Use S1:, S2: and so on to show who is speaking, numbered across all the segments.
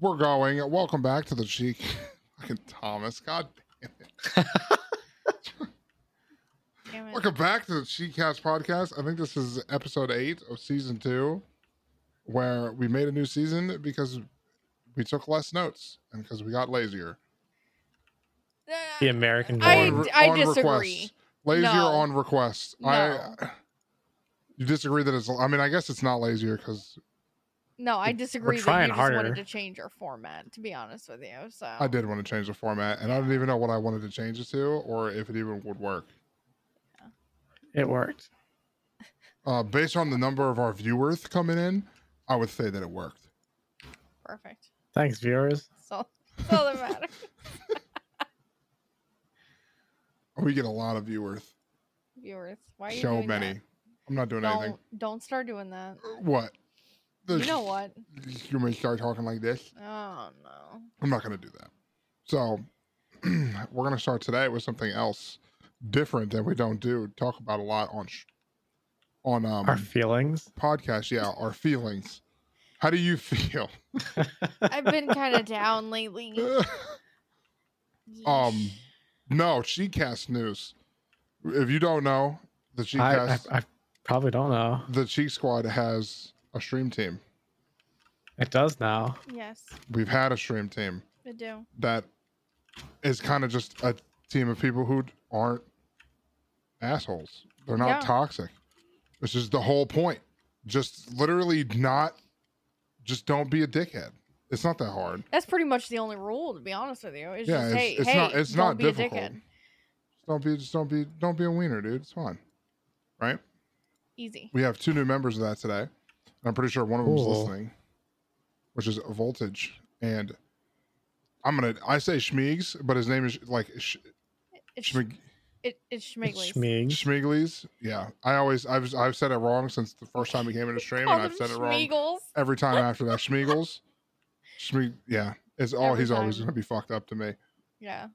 S1: We're going. Welcome back to the Cheek. Fucking Thomas. God damn it. Welcome back to the Cheekcast podcast. I think this is episode eight of season two, where we made a new season because we took less notes and because we got lazier.
S2: The American
S3: I-
S2: born.
S3: disagree.
S1: requests. Lazier
S3: No.
S1: on request. I
S3: No.
S1: you disagree that it's. I mean, I guess it's not lazier because
S3: No, I
S2: We're
S3: disagree.
S2: trying
S3: that you Just
S2: harder.
S3: wanted to change our format, to be honest with you. So
S1: I did want to change the format, and I didn't even know what I wanted to change it to or if it even would work.
S2: It worked.
S1: Uh, based on the number of our viewers coming in, I would say that it worked.
S3: Perfect.
S2: Thanks, viewers.
S3: So that's all that matters.
S1: We get a lot of viewers.
S3: Viewers, why are you
S1: so
S3: doing
S1: many.
S3: That?
S1: I'm not doing
S3: Don't
S1: anything. Uh,
S3: don't start doing that.
S1: What?
S3: You know what?
S1: You may start talking like this.
S3: Oh no.
S1: I'm not going to do that. So we're going to start today with something else different that we don't do talk about a lot on sh- on um
S2: Our feelings.
S1: podcast. Yeah, our feelings. How do you feel?
S3: I've been kind of down lately.
S1: Um, no, Cheekcast news. If you don't know, the
S2: I,
S1: Cheekcast,
S2: I, I probably don't know.
S1: the Cheek Squad has a stream team.
S2: It does now.
S3: yes,
S1: We've had a stream team
S3: I do.
S1: that is kind of just a team of people who aren't assholes. They're not
S3: Yeah.
S1: toxic. This is the whole point. Just literally not. Just don't be a dickhead. It's not that hard.
S3: That's pretty much the only rule, to be honest with you. It's
S1: Yeah,
S3: just
S1: it's-
S3: hey,
S1: it's
S3: hey,
S1: not- it's
S3: don't
S1: not
S3: be
S1: difficult.
S3: a dickhead.
S1: Just don't be. Just don't be. Don't be a wiener, dude. It's fine. Right.
S3: Easy.
S1: We have two new members of that today. And I'm pretty sure one of them's
S2: Cool.
S1: listening, which is Voltage. And I'm gonna I say Schmeegs, but his name is like Sh-
S3: It's
S1: Schmig-
S3: it, it's Schmigley's.
S2: Schmeeg.
S1: Schmigleys. Yeah, I always I've I've said it wrong since the first time he came into stream,
S3: Call
S1: and I've
S3: Oh, them
S1: said it wrong
S3: Schmeagles.
S1: every time after that. Schmeagles. Schmieg. Yeah, it's all
S3: Every
S1: he's always
S3: time.
S1: gonna be fucked up to me.
S3: Yeah,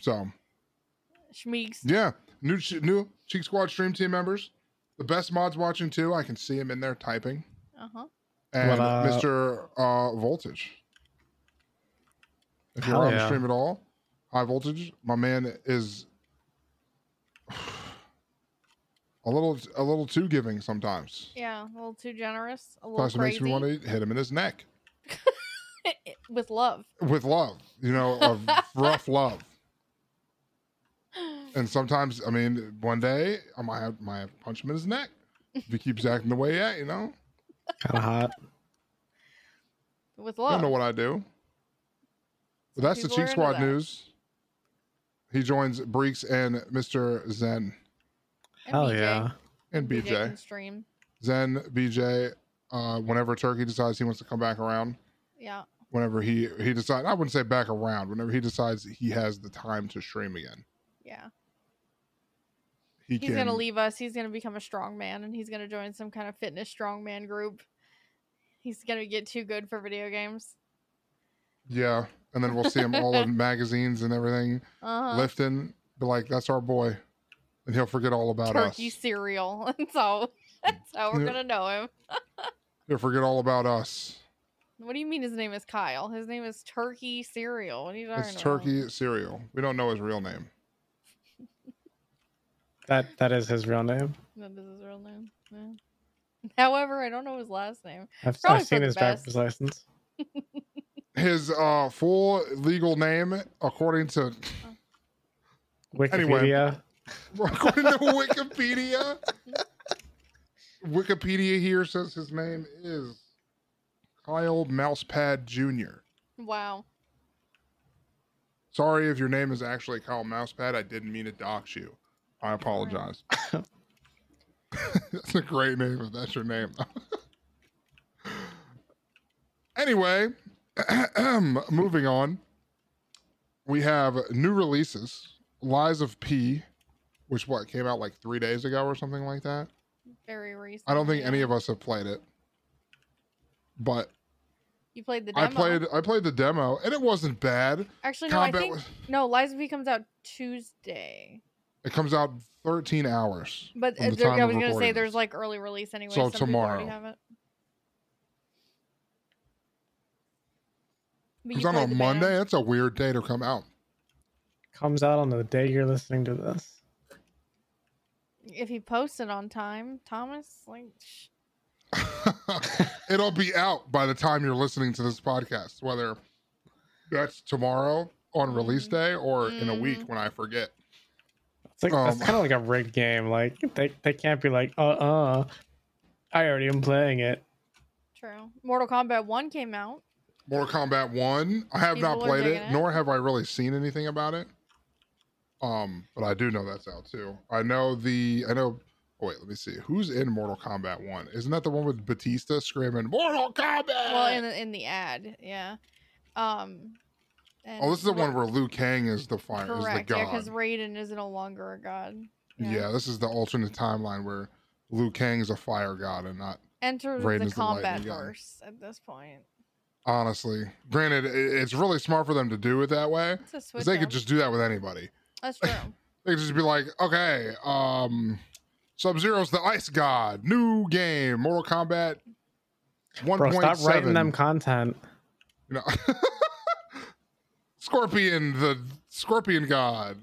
S1: So
S3: Schmeegs.
S1: yeah, new ch- new Cheek Squad stream team members, the best mods watching too. I can see him in there typing.
S3: Uh huh.
S1: and
S2: What up?
S1: Mr. Uh, voltage. If you're
S2: Hell
S1: on the
S2: yeah.
S1: stream at all, high voltage, my man is a little a little too giving sometimes.
S3: Yeah, a little too generous, a little
S1: Plus, it makes
S3: crazy.
S1: me want to hit him in his neck
S3: Eh, With love.
S1: with love, you know, of rough love. And sometimes, I mean, one day I might have, might have to punch him in his neck if he keeps acting the way he act, you know.
S2: Kind of
S3: E
S2: hot.
S3: With
S1: I
S3: love.
S1: don't know what I do. But that's the
S3: people are
S1: Cheek
S3: into
S1: Squad
S3: that.
S1: news. He joins Breeks and Mr. Zen
S3: And
S2: Hell
S3: BJ.
S2: yeah.
S1: and BJ.
S3: can stream.
S1: Zen, BJ, uh, whenever Turkey decides he wants to come back around,
S3: Yeah.
S1: whenever he he decides, I wouldn't say back around, whenever he decides he has the time to stream again,
S3: Yeah.
S1: he
S3: He's
S1: can.
S3: gonna leave us. He's gonna become a strong man and he's gonna join some kind of fitness strongman group. He's gonna get too good for video games.
S1: Yeah, and then we'll see him all in magazines and everything,
S3: Uh huh.
S1: lifting. But like, that's our boy, and he'll forget all about
S3: Turkey
S1: us.
S3: cereal. That's all. That's how we're
S1: Yeah.
S3: gonna know him.
S1: He'll forget all about us.
S3: What do you mean his name is Kyle? His name is Turkey Cereal. What are you talking
S1: It's
S3: about?
S1: Turkey cereal. We don't know his real name.
S2: That that is his real name.
S3: That is his real name. Yeah. However, I don't know his last name.
S2: I've,
S3: Probably
S2: I've seen
S3: for the
S2: his
S3: best.
S2: driver's license.
S1: his uh full legal name according to
S2: Wikipedia.
S1: Anyway. according to Wikipedia. Wikipedia here says his name is Kyle Mousepad Jr.
S3: Wow.
S1: Sorry if your name is actually Kyle Mousepad. I didn't mean to dox you. I apologize. that's a great name if that's your name. anyway, moving on. We have new releases. Lies of P, which what came out like three days ago or something like that.
S3: Very recent.
S1: I don't think any of us have played it. But
S3: You played the
S1: I
S3: demo.
S1: played I played the demo and it wasn't bad.
S3: Actually, no. I think
S1: was-
S3: no. Lies of P comes out Tuesday,
S1: It comes out 13 hours.
S3: but
S1: From the
S3: there,
S1: time
S3: I
S1: of
S3: was gonna
S1: recording
S3: say
S1: this.
S3: there's like early release anyway.
S1: So
S3: Some people already
S1: tomorrow.
S3: have it. But
S1: It's
S3: you
S1: on
S3: played
S1: a
S3: the
S1: Monday.
S3: band.
S1: That's a weird day to come out.
S2: Comes out on the day you're listening to this.
S3: If he posts it on time, Thomas, like, sh-
S1: It'll be out by the time you're listening to this podcast, whether that's tomorrow on release
S3: Mhm.
S1: day or in a week
S3: Mhm.
S1: when I forget.
S2: It's like
S1: Um.
S2: that's kind of like a rigged game. Like they, they can't be like, uh uh I already am playing it.
S3: true. Mortal Kombat 1 came out.
S1: Mortal Kombat One. I have
S3: People
S1: not
S3: are
S1: played
S3: digging
S1: it,
S3: it.
S1: nor have I really seen anything about it. Um, but I do know that's out too. I know the. I know. Oh, wait, let me see. Who's in Mortal Kombat One? Isn't that the one with Batista screaming "Mortal Kombat"?
S3: Well, in the, in the ad, yeah. Um, and
S1: oh, this is the
S3: Ra-
S1: one where Liu Kang is the fire is the
S3: Correct, yeah,
S1: god.
S3: because Raiden is no longer a god.
S1: Yeah. this is the alternate timeline where Liu Kang is a fire god and not.
S3: Enter
S1: Raiden
S3: the
S1: is the lightning
S3: combat
S1: god.
S3: verse at this point.
S1: Honestly, granted, i- it's really smart for them to do it that way.
S3: It's a switch.
S1: Because they
S3: up.
S1: could just do that with anybody.
S3: That's true.
S1: They could just be like, okay, um, Sub Zero's the ice god. New game, Mortal Kombat. One
S2: Bro,
S1: point
S2: stop writing
S1: seven.
S2: them content.
S1: You know? Scorpion, the Scorpion God.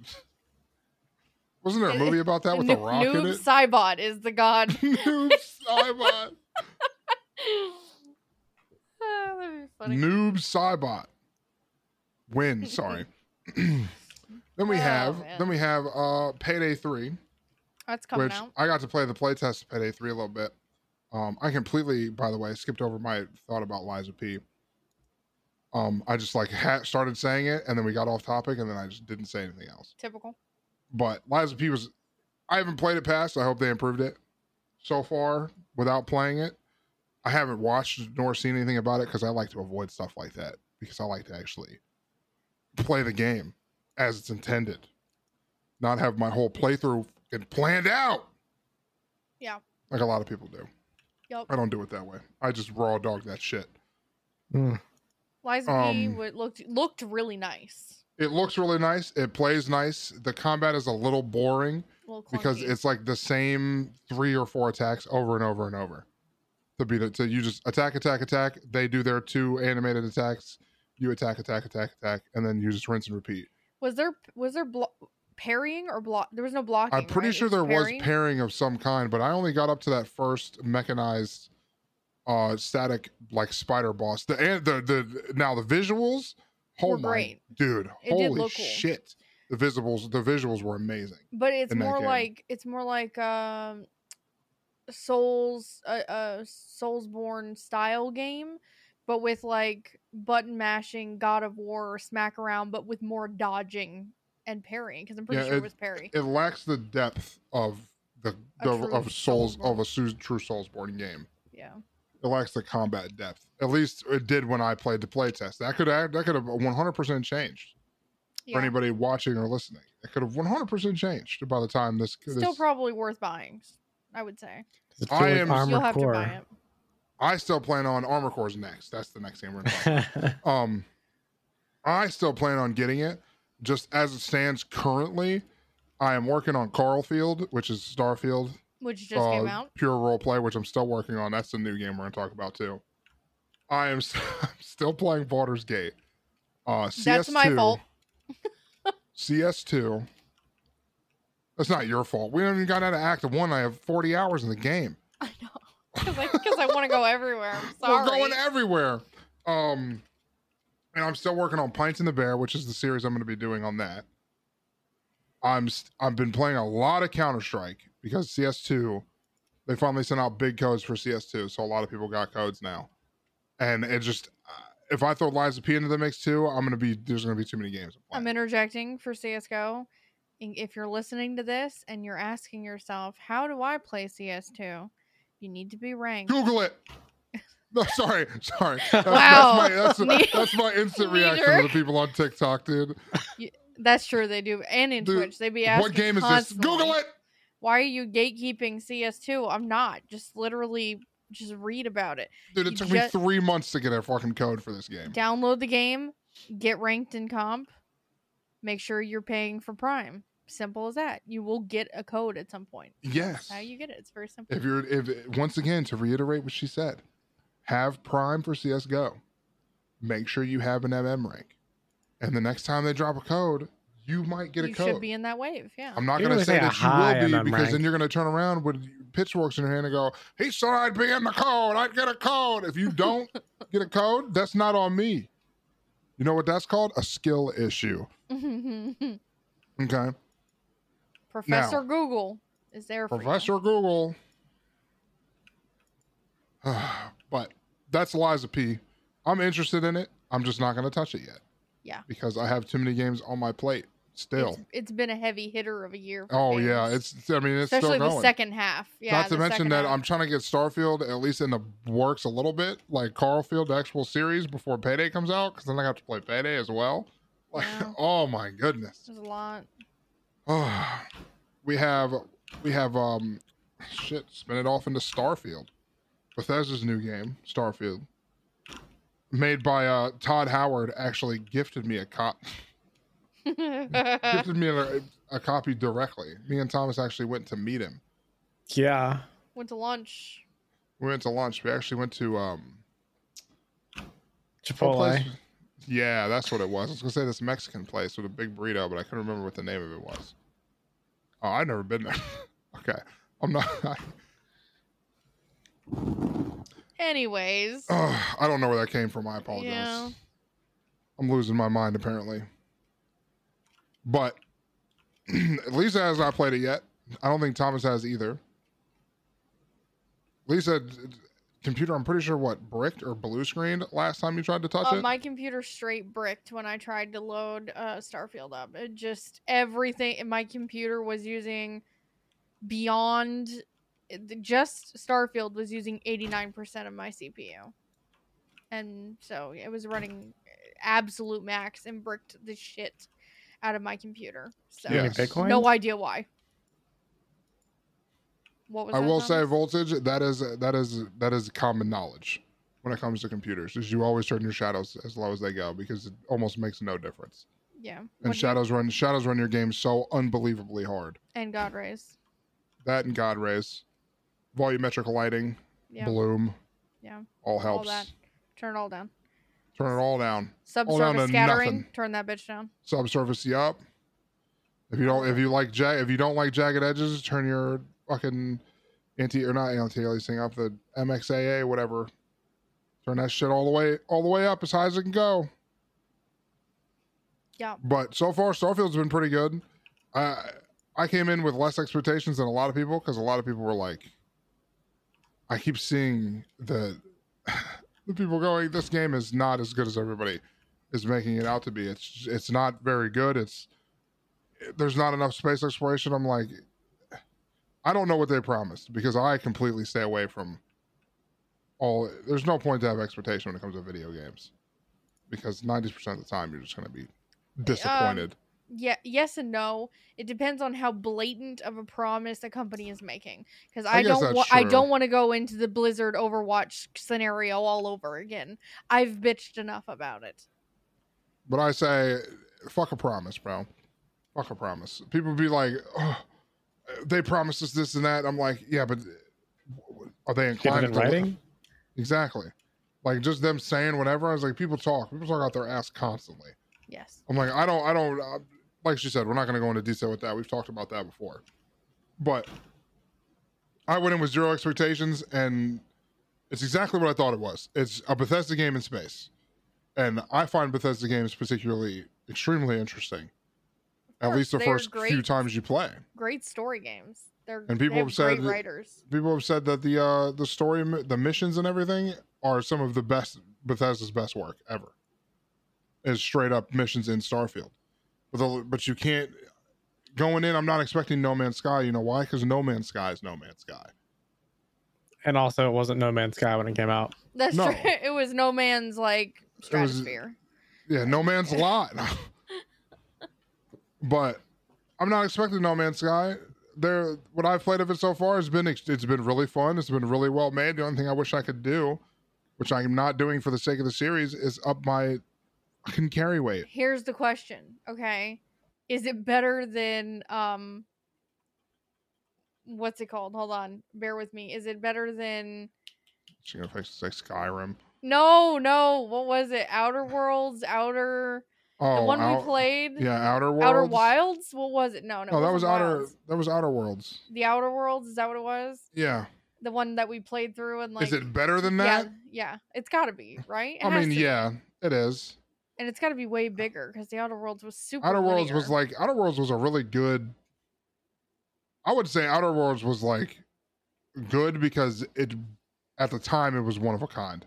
S1: Wasn't there a movie about that with the
S3: Noob-
S1: rock in
S3: Noob
S1: it?
S3: Saibot is the god.
S1: Noob Saibot.
S3: Ah, that'd be funny.
S1: Noob Saibot. Win. Sorry. then we
S3: Oh,
S1: have
S3: man.
S1: then we have uh Payday Three.
S3: That's coming
S1: which
S3: out.
S1: I got to play the playtest of Payday 3 a little bit. Um, I completely, by the way, skipped over my thought about Liza P. Um, I just like ha- started saying it, and then we got off topic, and then I just didn't say anything else.
S3: Typical.
S1: But Liza P was, I haven't played it past. I hope they improved it. So far, without playing it, I haven't watched nor seen anything about it because I like to avoid stuff like that because I like to actually play the game as it's intended, not have my whole playthrough and planned out
S3: Yeah.
S1: like a lot of people do.
S3: Yup.
S1: I don't do it that way. I just raw dog that shit. Hmm.
S2: Mm.
S3: Liza P
S1: Um,
S3: would, looked looked really nice.
S1: It looks really nice. It plays nice. The combat is a little boring
S3: A little
S1: because
S3: clunky.
S1: it's like the same three or four attacks over and over and over. To be the, to you just attack, attack, attack. They do their two animated attacks. You attack, attack, attack, attack, and then you just rinse and repeat.
S3: was there was there blo- parrying or block? There was no blocking.
S1: I'm pretty
S3: right?
S1: sure
S3: It's
S1: there
S3: parrying?
S1: was pairing of some kind, but I only got up to that first mechanized uh static like spider boss. The and the the now the visuals, oh
S3: Were
S1: my
S3: great.
S1: dude,
S3: It did
S1: holy
S3: look cool.
S1: shit. The visuals the visuals were amazing.
S3: but it's
S1: in that
S3: more
S1: game.
S3: like it's more like um souls uh, uh soulsborne style game but with like button mashing god of war or smack around but with more dodging and parrying because i'm pretty
S1: Yeah,
S3: sure it,
S1: it-
S3: was parry
S1: It lacks the depth of the,
S3: A
S1: the
S3: true
S1: of souls of
S3: Soulsborne.
S1: a su- true Soulsborne game.
S3: yeah
S1: It lacks the combat depth. At least it did when I played the playtest. That could act- that could have 100% changed
S3: yeah
S1: for anybody watching or listening. It could have 100% changed by the time this
S3: still
S1: this
S3: probably worth buying i would say
S2: Does it
S1: I
S2: feel like
S1: am-
S2: Armored
S3: you'll have
S2: Core?
S3: to buy it
S1: I still plan on Armor Core's next. That's the next game we're playing. um, I still plan on getting it. Just as it stands currently, I am working on Carlfield, which is Starfield,
S3: which just came
S1: uh,
S3: out
S1: pure role play, which I'm still working on. That's the new game we're going to talk about too. I am s- I'm still playing Baldur's Gate. Uh, CS2,
S3: That's my fault.
S1: CS2. That's not your fault. We haven't even gotten out of Act One. I have 40 hours in the game.
S3: i know because i, 'cause I want to go everywhere i'm
S1: We're
S3: sorry
S1: going everywhere. Um, and I'm still working on Pints and the Bear, which is the series I'm going to be doing on that. I'm st- I've been playing a lot of Counter Strike because CS2, they finally sent out big codes for CS2, so a lot of people got codes now. And it just, uh, if I throw Liza P into the mix too, I'm going to be there's going to be too many games. I'm
S3: I'm
S1: playing.
S3: interjecting for CSGO. And If you're listening to this and you're asking yourself, how do I play CS2? You need to be ranked.
S1: Google it. No, sorry, sorry. That's,
S3: Wow.
S1: that's, my, that's,
S3: Neither-
S1: that's my instant reaction to
S3: neither.
S1: the people on TikTok, dude.
S3: That's true, they do. And in
S1: Dude,
S3: Twitch, they be asking.
S1: what game is
S3: constantly,
S1: this? Google it.
S3: Why are you gatekeeping CS2? I'm not. Just literally just read about it.
S1: Dude, it
S3: You
S1: took
S3: just-
S1: me three months to get a fucking code for this game.
S3: Download the game, get ranked in comp, make sure you're paying for Prime. Simple as that. You will get a code at some point.
S1: Yes.
S3: How you get it? It's very simple.
S1: If you're, if once again to reiterate what she said, have Prime for CS:GO. make sure you have an MM rank. And the next time they drop a code, you might get a
S3: you should
S1: code.
S3: be in that wave. Yeah.
S1: I'm not
S2: You're
S1: going to
S2: gonna
S1: say
S2: say a
S1: that you
S2: high
S1: will be
S2: MM
S1: because then
S2: rank.
S1: you're going to turn around with pitchforks in your hand and go, "He said I'd be in the code. I'd get a code." If you don't get a code, that's not on me. You know what that's called? A skill issue. Okay,
S3: Professor Google is there for you.
S1: Professor Google. but that's Eliza P. I'm interested in it. I'm just not going to touch it yet.
S3: Yeah.
S1: Because I have too many games on my plate still.
S3: It's- it's been a heavy hitter of a year. for
S1: oh
S3: games,
S1: yeah, it's. I mean, it's
S3: especially
S1: still going.
S3: the second half. Yeah.
S1: Not to
S3: the
S1: mention
S3: second
S1: that
S3: half.
S1: I'm trying to get Starfield at least in the works a little bit, like Carlfield, the actual series before Payday comes out, because then I got to play Payday as well. Like,
S3: Wow.
S1: oh my goodness.
S3: There's a lot.
S1: Oh, we have, we have, um, shit, spin it off into Starfield, Bethesda's new game, Starfield, made by uh Todd Howard. Actually, gifted me a cop,
S3: Uh.
S1: gifted me a, a copy directly. Me and Thomas actually went to meet him.
S2: Yeah.
S3: Went to lunch.
S1: We went to lunch. We actually went to um. What
S2: Chipotle.
S1: place- Yeah, that's what it was. I was gonna say this Mexican place with a big burrito, but I couldn't remember what the name of it was. Oh, I've never been there. okay, I'm not.
S3: Anyways,
S1: Ugh, I don't know where that came from. I apologize.
S3: Yeah.
S1: I'm losing my mind apparently. But Lisa has not played it yet. I don't think Thomas has either. Lisa, d- d- computer, I'm pretty sure what bricked or blue screened last time you tried to touch
S3: uh,
S1: it.
S3: my computer straight bricked when I tried to load uh, Starfield up. It just everything. My computer was using beyond. it- Just Starfield was using 89% of my CPU. And so it was running eh, absolute max and bricked the shit out of my computer. So
S2: Do you have
S1: Yes.
S2: any Bitcoin?
S3: No idea why. What was
S1: I
S3: that,
S1: will say
S3: Thomas?
S1: voltage. That is that is that is common knowledge when it comes to computers. Is you always turn your shadows as low as they go because it almost makes no difference.
S3: yeah,
S1: And
S3: what do you-
S1: shadows run shadows run your game so unbelievably hard.
S3: and God rays.
S1: That and God rays, volumetric lighting,
S3: Yeah,
S1: bloom,
S3: Yeah.
S1: all helps.
S3: that. turn it all down.
S1: Turn it all down. down to
S3: Subsurface scattering,
S1: nothing.
S3: turn that bitch down.
S1: Subsurface you up. If you don't if you like jag if you don't like jagged edges, turn your fucking anti or not anti aliasing up the MXAA whatever. Turn that shit all the way all the way up as high as it can go.
S3: Yeah.
S1: but so far Starfield's been pretty good. I I came in with less expectations than a lot of people because a lot of people were like, I keep seeing the the people going, this game is not as good as everybody is making it out to be. It's it's not very good. It's there's not enough space exploration. I'm like, I don't know what they promised because I completely stay away from all. There's no point to have expectation when it comes to video games because 90% of the time you're just going to be disappointed.
S3: Yeah, yes and no. It depends on how blatant of a promise a company is making. Because
S1: I
S3: I,
S1: guess
S3: don't,
S1: that's
S3: wa- I
S1: true.
S3: don't want to go into the Blizzard Overwatch scenario all over again. I've bitched enough about it.
S1: But I say, fuck a promise, bro. Fuck a promise. People be like, oh, they promised us this and that. I'm like, yeah, but are they
S2: Give it
S1: inclined
S2: in
S1: to
S2: writing?
S1: Exactly. Like just them saying whatever. I was like, people talk. People talk out their ass constantly.
S3: Yes.
S1: I'm like, I don't, I don't. I, like she said, we're not going to go into detail with that. We've talked about that before. But I went in with zero expectations, and it's exactly what I thought it was. It's a Bethesda game in space, and I find Bethesda games particularly extremely interesting. At
S3: course,
S1: least the
S3: they are
S1: first few
S3: great.
S1: times you play.
S3: Great story games. They're
S1: And
S3: they
S1: people
S3: have
S1: have said
S3: great
S1: that-
S3: writers.
S1: People have said that the uh, the story, mi- the missions, and everything are some of the best Bethesda's best work ever. Is straight up missions in Starfield, but the, but you can't going in. I'm not expecting No Man's Sky. You know why? Because No Man's Sky is No Man's Sky.
S2: And also, it wasn't No Man's Sky when it came out.
S3: That's
S1: no.
S3: true. It was no man's like
S1: It was-
S3: stratosphere.
S1: Yeah, No Man's Lot. but I'm not expecting No Man's Sky. There, what I've played of it so far has been ex- it's been really fun. It's been really well made. The only thing I wish I could do, which I'm not doing for the sake of the series, is up my fucking carry weight.
S3: Here's the question, okay? Is it better than um what's it called? Hold on. Bear with me. Is it better than
S1: She's gonna fix like Skyrim.
S3: No, no. What was it? Outer Worlds, Outer.
S1: Oh,
S3: the one
S1: Out-
S3: we played.
S1: Yeah, Outer Worlds.
S3: Outer Wilds. What was it? No, no.
S1: No,
S3: it
S1: that was
S3: wasn't
S1: Outer.
S3: Wilds.
S1: That was Outer Worlds.
S3: The Outer Worlds. Is that what it was?
S1: Yeah.
S3: The one that we played through and like.
S1: Is it better than that?
S3: Yeah, yeah. It's got to be right. It
S1: I
S3: has
S1: mean,
S3: to be.
S1: yeah, it is.
S3: and it's got to be way bigger because the Outer Worlds was super.
S1: Outer Worlds was
S3: linear.
S1: like Outer Worlds was a really good. I would say Outer Worlds was like good because it at the time it was one of a kind.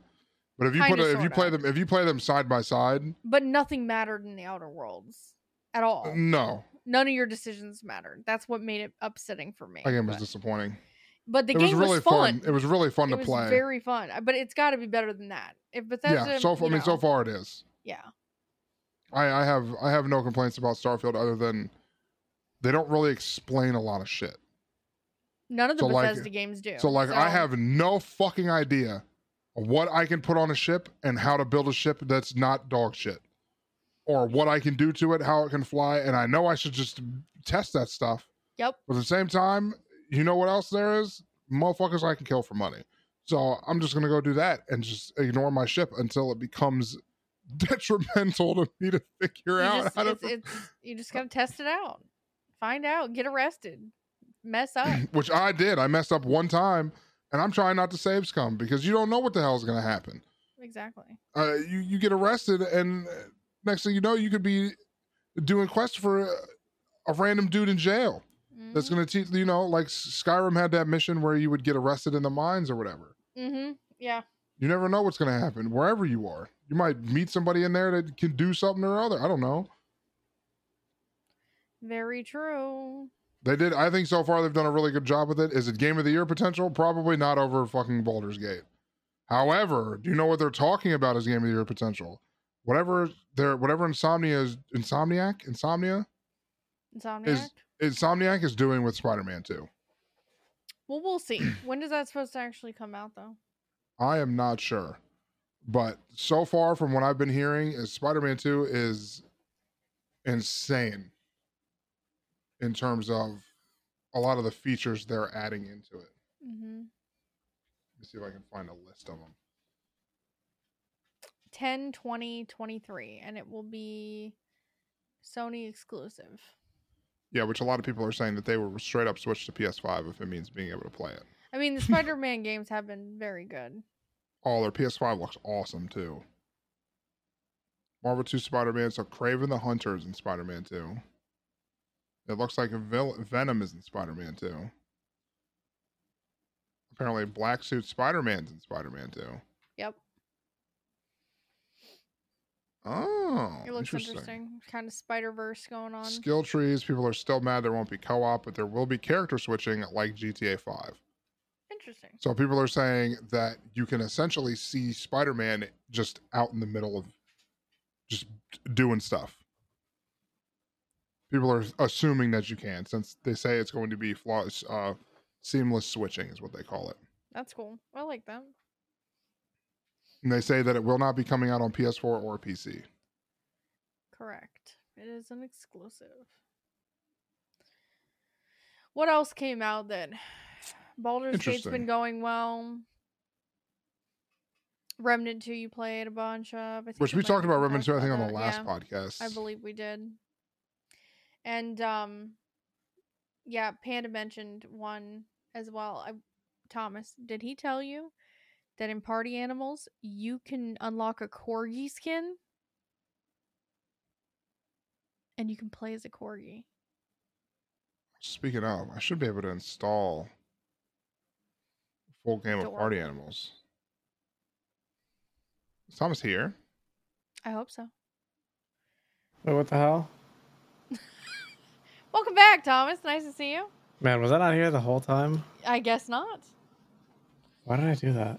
S1: But if you
S3: Kinda,
S1: put a, if you
S3: sorta.
S1: play them if you play them side by side,
S3: but nothing mattered in the Outer Worlds at all.
S1: no,
S3: None of your decisions mattered. That's what made it upsetting for me.
S1: that game was
S3: but,
S1: disappointing.
S3: but the
S1: it
S3: game
S1: was really
S3: fun.
S1: It was really fun
S3: It
S1: to
S3: was
S1: play.
S3: very fun, I- but it's got to be better than that. If Bethesda,
S1: yeah, so far, I
S3: you
S1: mean, so
S3: know,
S1: far it is.
S3: yeah,
S1: I, I have I have no complaints about Starfield other than they don't really explain a lot of shit.
S3: none of the
S1: So, like-
S3: Bethesda games do.
S1: So like I have no fucking idea what I can put on a ship and how to build a ship that's not dog shit. Or what I can do to it, how it can fly, and I know I should just test that stuff.
S3: Yep.
S1: But at the same time, you know what else there is? Motherfuckers I can kill for money. So I'm just gonna go do that and just ignore my ship until it becomes detrimental to me to figure
S3: You
S1: out
S3: just,
S1: how to
S3: it's, it's- you just gotta test it out, find out, get arrested, mess up.
S1: which I did. I messed up one time, and I'm trying not to save scum because you don't know what the hell is going to happen.
S3: exactly.
S1: Uh, you you get arrested, and uh, next thing you know, you could be doing quests for a, a random dude in jail. That's
S3: Mm-hmm.
S1: going to teach you know, like S- Skyrim had that mission where you would get arrested in the mines or whatever.
S3: Mm-hmm. Yeah.
S1: You never know what's going to happen wherever you are. You might meet somebody in there that can do something or other. I don't know.
S3: Very true.
S1: They did. I think so far they've done a really good job with it. Is it game of the year potential? Probably not over fucking Baldur's Gate. However, do you know what they're talking about as game of the year potential? Whatever their whatever Insomnia is Insomniac Insomnia
S3: Insomniac.
S1: Insomniac is doing with Spider Man Two.
S3: well, we'll see. when is that supposed to actually come out, though?
S1: I am not sure, but so far from what I've been hearing, is Spider Man Two is insane in terms of a lot of the features they're adding into it.
S3: Mm-hmm.
S1: Let me see if I can find a list of them.
S3: 10, 20, 23, and it will be Sony exclusive.
S1: Yeah, which a lot of people are saying that they were straight up switched to PS5 if it means being able to play it.
S3: I mean, the Spider Man games have been very good.
S1: Oh, their PS5 looks awesome too. Marvel 2 Spider Man, so Craven the Hunter is in Spider Man 2. It looks like Vil- Venom is in Spider Man 2. Apparently, Black Suit Spider Man's in Spider Man 2.
S3: Yep.
S1: Oh,
S3: It looks interesting. Kind of Spider Verse going on.
S1: Skill trees. People are still mad there won't be co op, but there will be character switching like GTA 5.
S3: Interesting.
S1: So people are saying that you can essentially see Spider-Man just out in the middle of just doing stuff. People are assuming that you can, since they say it's going to be flawless, uh, seamless switching is what they call it.
S3: That's cool. I like that.
S1: And they say that it will not be coming out on PS4 or PC.
S3: Correct. It is an exclusive. What else came out then? Baldur's Gate's
S1: Interesting.
S3: been going well. Remnant 2 you played a bunch of. I think
S1: Which we
S3: might
S1: talked
S3: have
S1: about
S3: even
S1: Remnant
S3: talked
S1: 2, I think, on
S3: about
S1: the
S3: that.
S1: last
S3: Yeah,
S1: podcast.
S3: I believe we did. And um yeah, Panda mentioned one as well. I, Thomas, did he tell you that in Party Animals you can unlock a corgi skin? And you can play as a corgi.
S1: Speaking of, I should be able to install full game of
S3: Door.
S1: Party Animals. Is Thomas here?
S3: I hope so.
S2: Wait, what the hell?
S3: Welcome back, Thomas. Nice to see you.
S2: Man, was I not here the whole time?
S3: I guess not.
S2: Why did I do that?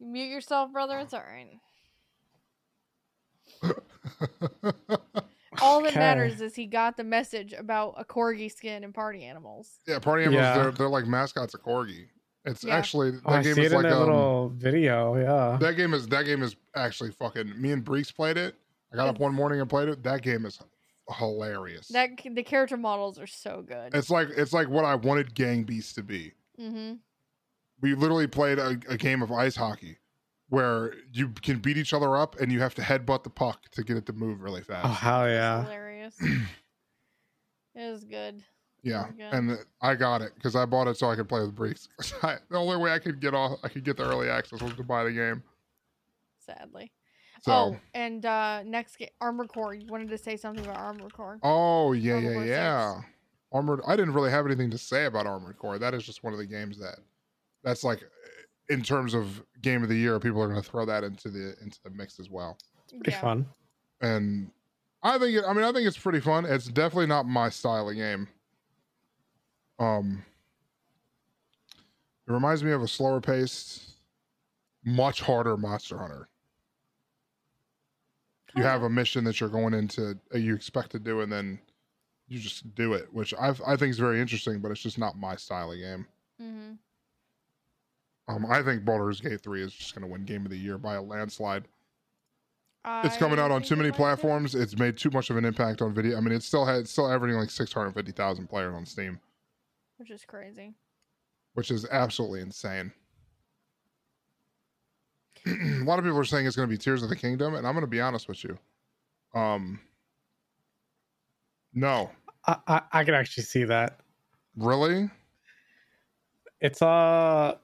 S3: You mute yourself, brother. It's all right. All that
S2: Okay.
S3: matters is he got the message about a corgi skin and party animals.
S1: Yeah, party animals.
S2: Yeah.
S1: They're they're like mascots of corgi. It's
S3: Yeah.
S1: actually that
S2: Oh, I see
S1: game
S2: it
S1: is
S2: in
S1: like
S2: that
S1: um,
S2: little video. Yeah.
S1: that game is that game is actually fucking. Me and Breeks played it. I got up
S3: It's-
S1: one morning and played it. That game is hilarious.
S3: That c- the character models are so good.
S1: it's like it's like what I wanted Gang Beasts to be.
S3: Mm-hmm.
S1: We literally played a, a game of ice hockey where you can beat each other up and you have to headbutt the puck to get it to move really
S2: Oh
S1: fast.
S2: hell
S3: That's
S2: yeah!
S3: hilarious. it was good.
S1: yeah,
S3: okay.
S1: and I got it because I bought it so I could play with Breeks. I, the only way I could get off, I could get the early access was to buy the game.
S3: Sadly.
S1: So,
S3: Oh, and uh next game, Armored Core. You wanted to say something about Armored Core.
S1: oh, yeah,
S3: Armored
S1: yeah,
S3: Core
S1: yeah. Armored. I didn't really have anything to say about Armored Core. That is just one of the games that, that's like, in terms of game of the year, people are going to throw that into the into the mix as well.
S2: Pretty fun.
S1: and I think it, I mean I think it's pretty fun. It's definitely not my style of game. Um, it reminds me of a slower paced, much harder Monster Hunter. You have a mission that you're going into, uh, you expect to do, and then you just do it, which I I think is very interesting. But it's just not my style of game.
S3: Mm-hmm.
S1: Um, I think Baldur's Gate three is just going to win Game of the Year by a landslide. it's coming out on too many platforms. It's made too much of an impact on video. I mean, it's still had it's still averaging like six hundred fifty thousand players on Steam,
S3: which is crazy.
S1: which is absolutely insane. a lot of people are saying it's going to be Tears of the Kingdom, and I'm going to be honest with you. Um, no,
S2: I, I I can actually see that.
S1: really,
S2: It's uh,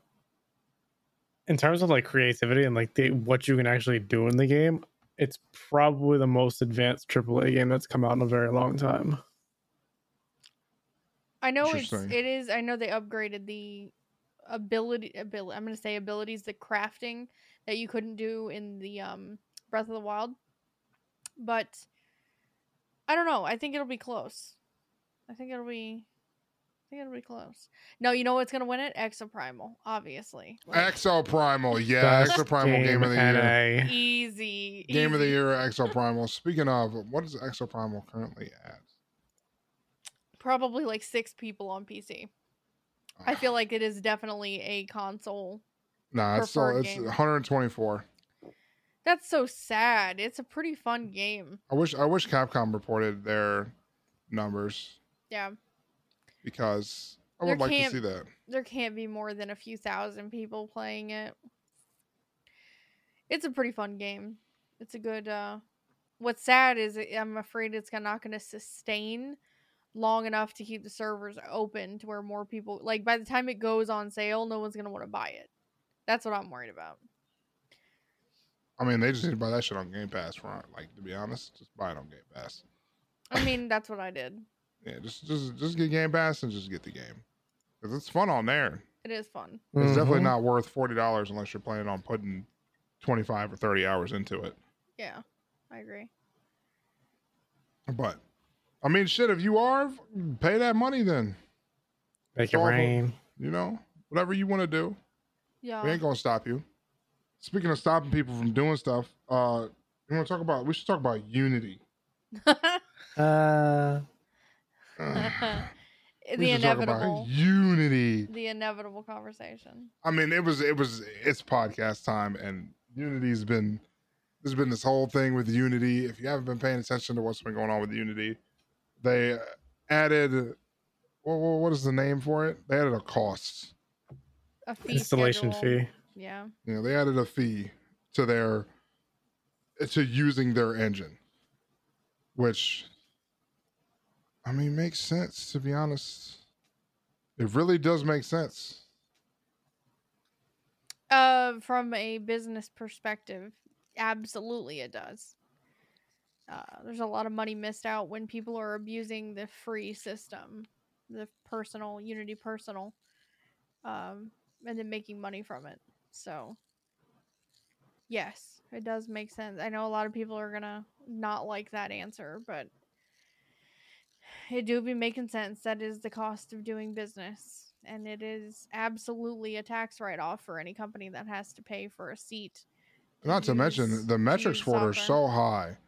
S2: in terms of like creativity and like the what you can actually do in the game, it's probably the most advanced AAA game that's come out in a very long time.
S3: I know it's
S1: Interesting.
S3: it is. I know they upgraded the ability ability. I'm gonna say abilities, the crafting that you couldn't do in the um Breath of the Wild, but I don't know. I think it'll be close. I think it'll be. I think it'll be close. No, you know what's gonna win it? Exoprimal, obviously. Like,
S1: Exo Primal, yeah,
S2: Best
S1: Exo Primal game, of the year,
S2: NA.
S3: easy.
S1: game of the
S3: easy.
S1: year, Exo Primal. Speaking of, what is Exo Primal currently at?
S3: Probably like six people on PC. I feel like it is definitely a console.
S1: nah, it's still
S3: preferred
S1: it's
S3: game.
S1: 124.
S3: That's so sad. It's a pretty fun game.
S1: I wish I wish Capcom reported their numbers
S3: Yeah.
S1: because I
S3: There
S1: would like to
S3: can't-
S1: see that.
S3: there can't be more than a few thousand people playing it. It's a pretty fun game. It's a good uh what's sad is it- I'm afraid it's gonna- not going to sustain long enough to keep the servers open to where more people like by the time it goes on sale no one's going to want to buy it. That's what I'm worried about.
S1: I mean, they just need to buy that shit on Game Pass. For like, to be honest, just buy it on Game Pass.
S3: I mean, that's what I did.
S1: Yeah, just just just get Game Pass and just get the game because it's fun on there.
S3: It is fun.
S1: It's definitely
S2: Mhm.
S1: not worth forty dollars unless you're planning on putting twenty five or thirty hours into it.
S3: Yeah. I agree.
S1: But I mean, shit, if you are, pay that money then.
S2: Make it
S1: awful.
S2: rain.
S1: You know, whatever you want to do.
S3: Yeah.
S1: We ain't gonna stop you. Speaking of stopping people from doing stuff, uh, you want to talk about? We should talk about unity.
S2: Uh,
S1: Ugh. Uh, we
S3: the
S1: should talk about
S3: inevitable
S1: unity.
S3: the inevitable conversation.
S1: I mean, it was it was it's podcast time, and unity's been there's been this whole thing with unity. If you haven't been paying attention to what's been going on with unity, they added. What, what what is the name for it? They added a cost.
S3: A fee
S2: installation
S3: schedule.
S2: fee.
S3: Yeah.
S1: You know, they added a fee to their to using their engine, which I mean makes sense to be honest. It really does make sense.
S3: Uh, from a business perspective, absolutely it does. Uh, there's a lot of money missed out when people are abusing the free system, the personal Unity personal, um, and then making money from it. So, yes, it does make sense. I know a lot of people are gonna not like that answer, but it do be making sense. That is the cost of doing business, and it is absolutely a tax write off for any company that has to pay for a seat.
S1: Not to mention
S3: use-
S1: the metrics
S3: use
S1: for it are so
S3: software.
S1: high.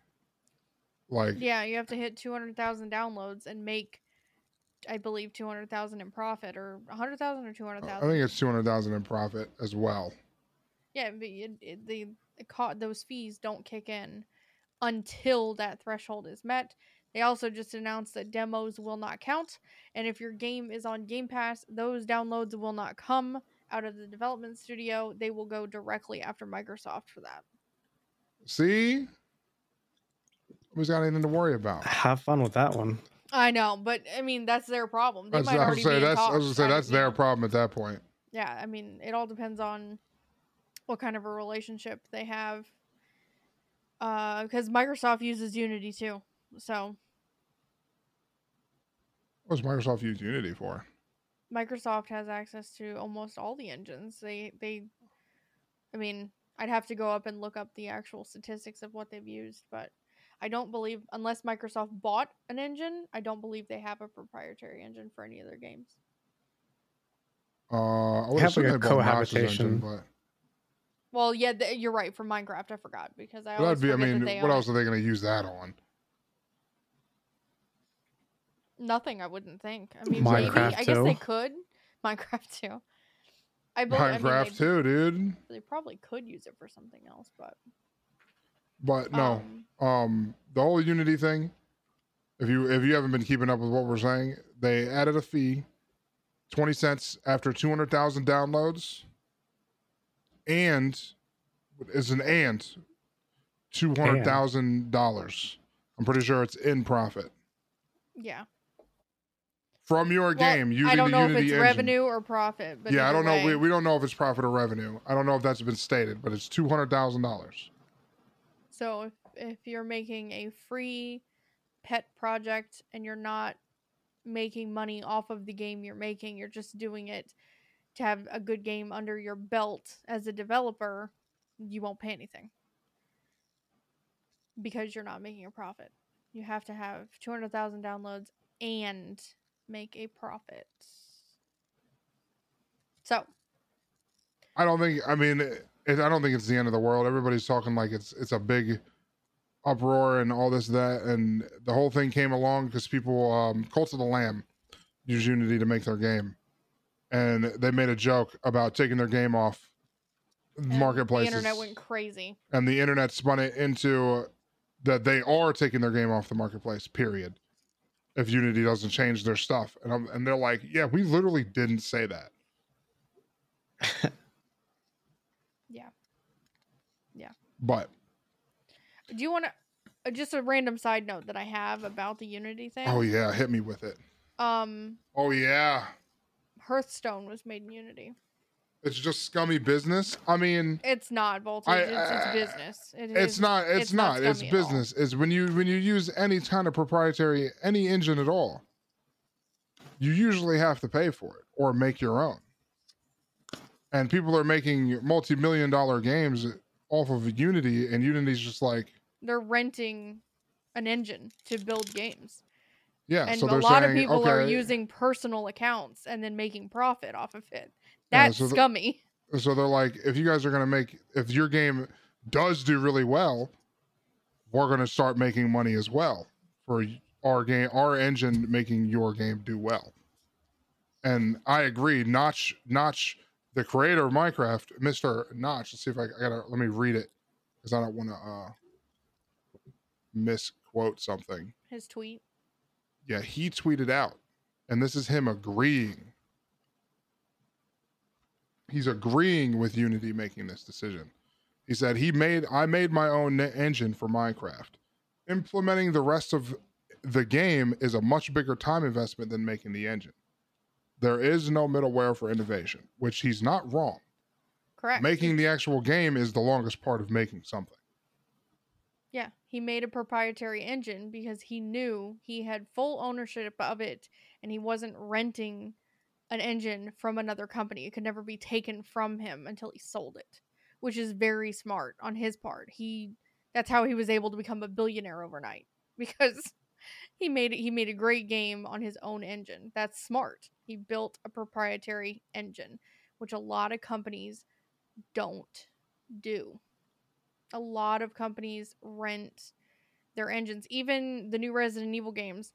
S1: Like
S3: Yeah, you have to hit 200,000 downloads and make, I believe, 200,000 in profit or 100,000 or
S1: I
S3: 200,000.
S1: think it's two hundred thousand in profit as well.
S3: Yeah, but it, it, the, the co- those fees don't kick in until that threshold is met. They also just announced that demos will not count, and if your game is on Game Pass, those downloads will not come out of the development studio. They will go directly after Microsoft for that.
S1: See, who's got anything to worry about?
S2: Have fun with that one.
S3: I know, but I mean that's their problem. They
S1: That's,
S3: might
S1: I
S3: already
S1: was gonna say
S3: be in
S1: that's, I was gonna
S3: talks.
S1: say
S3: I
S1: that's
S3: don't know.
S1: their problem at that point.
S3: yeah i mean it all depends on what kind of a relationship they have because microsoft uses unity too so
S1: What does Microsoft use Unity for?
S3: microsoft has access to almost all the engines they they i mean i'd have to go up and look up the actual statistics of what they've used but i don't believe unless microsoft bought an engine i don't believe they have a proprietary engine for any of their games
S1: Uh, I would
S2: Have,
S1: assume
S2: like,
S1: they
S2: a
S1: bought Notch's
S2: cohabitation.
S1: engine, but
S3: well yeah th- you're right for minecraft i forgot because i
S1: but that'd
S3: always
S1: be. I
S3: forget that
S1: mean,
S3: they
S1: what
S3: own it.
S1: else are they gonna use that on?
S3: Nothing, I wouldn't think. I mean, maybe.
S2: Minecraft
S3: I guess they
S2: too.
S3: could. Minecraft too. I believe.
S1: Minecraft
S3: I mean, they,
S1: too, dude.
S3: They probably could use it for something else, but
S1: But no,
S3: um,
S1: um the whole unity thing if you if you haven't been keeping up with what we're saying they added a fee 20 cents after 200000 downloads and it's an and $200000 i'm pretty sure it's in profit
S3: yeah.
S1: from your
S3: Well,
S1: game using
S3: I don't
S1: the
S3: know if it's
S1: unity engine.
S3: revenue or profit, but
S1: yeah i
S3: either
S1: don't know
S3: way-
S1: we, we don't know if it's profit or revenue i don't know if that's been stated but it's $200000
S3: So if if you're making a free pet project and you're not making money off of the game you're making, you're just doing it to have a good game under your belt as a developer, you won't pay anything. Because you're not making a profit. You have to have 200,000 downloads and make a profit. So,
S1: I don't think. I mean, it, I don't think it's the end of the world. Everybody's talking like it's it's a big uproar and all this that, and the whole thing came along because people, um, Cult of the Lamb, use Unity to make their game, and they made a joke about taking their game off
S3: and
S1: marketplaces,
S3: The internet went crazy.
S1: and the internet spun it into that they are taking their game off the marketplace. Period. If Unity doesn't change their stuff, and I'm, and they're like, yeah, we literally didn't say that.
S3: Yeah. Yeah.
S1: But
S3: Do you want to? Just a random side note that I have about the Unity thing.
S1: oh yeah, hit me with it.
S3: Um,
S1: Oh yeah.
S3: Hearthstone was made in Unity.
S1: It's just scummy business. I mean,
S3: It's not voltage.
S1: I-
S3: it's,
S1: I-
S3: it's business. It
S1: it's
S3: is-
S1: not. It's,
S3: it's not
S1: not. it's
S3: scummy at all.
S1: business. It's when you when you use any kind of proprietary any engine at all, you usually have to pay for it or make your own. And people are making multi million dollar games off of Unity, and Unity's just like,
S3: They're renting an engine to build games,
S1: yeah.
S3: and
S1: so
S3: a
S1: they're
S3: lot
S1: saying,
S3: of people
S1: okay,
S3: are using personal accounts and then making profit off of it. That's
S1: so the-
S3: scummy.
S1: so they're like, if you guys are gonna make, if your game does do really well, we're gonna start making money as well for our game, our engine making your game do well. And I agree. Notch, Notch, the creator of Minecraft, Mister Notch. Let's see if I, I gotta let me read it because I don't want to uh, misquote something
S3: His tweet.
S1: yeah, he tweeted out, and this is him agreeing. He's agreeing with Unity making this decision. He said he made I made my own ne- engine for Minecraft. Implementing the rest of the game is a much bigger time investment than making the engine. There is no middleware for innovation, which he's not wrong.
S3: Correct.
S1: Making the actual game is the longest part of making something.
S3: Yeah, he made a proprietary engine because he knew he had full ownership of it and he wasn't renting an engine from another company. It could never be taken from him until he sold it, which is very smart on his part. He that's how he was able to become a billionaire overnight because he made it, he made a great game on his own engine. That's smart. He built a proprietary engine, which a lot of companies don't do a lot of companies rent their engines. Even the new Resident Evil games,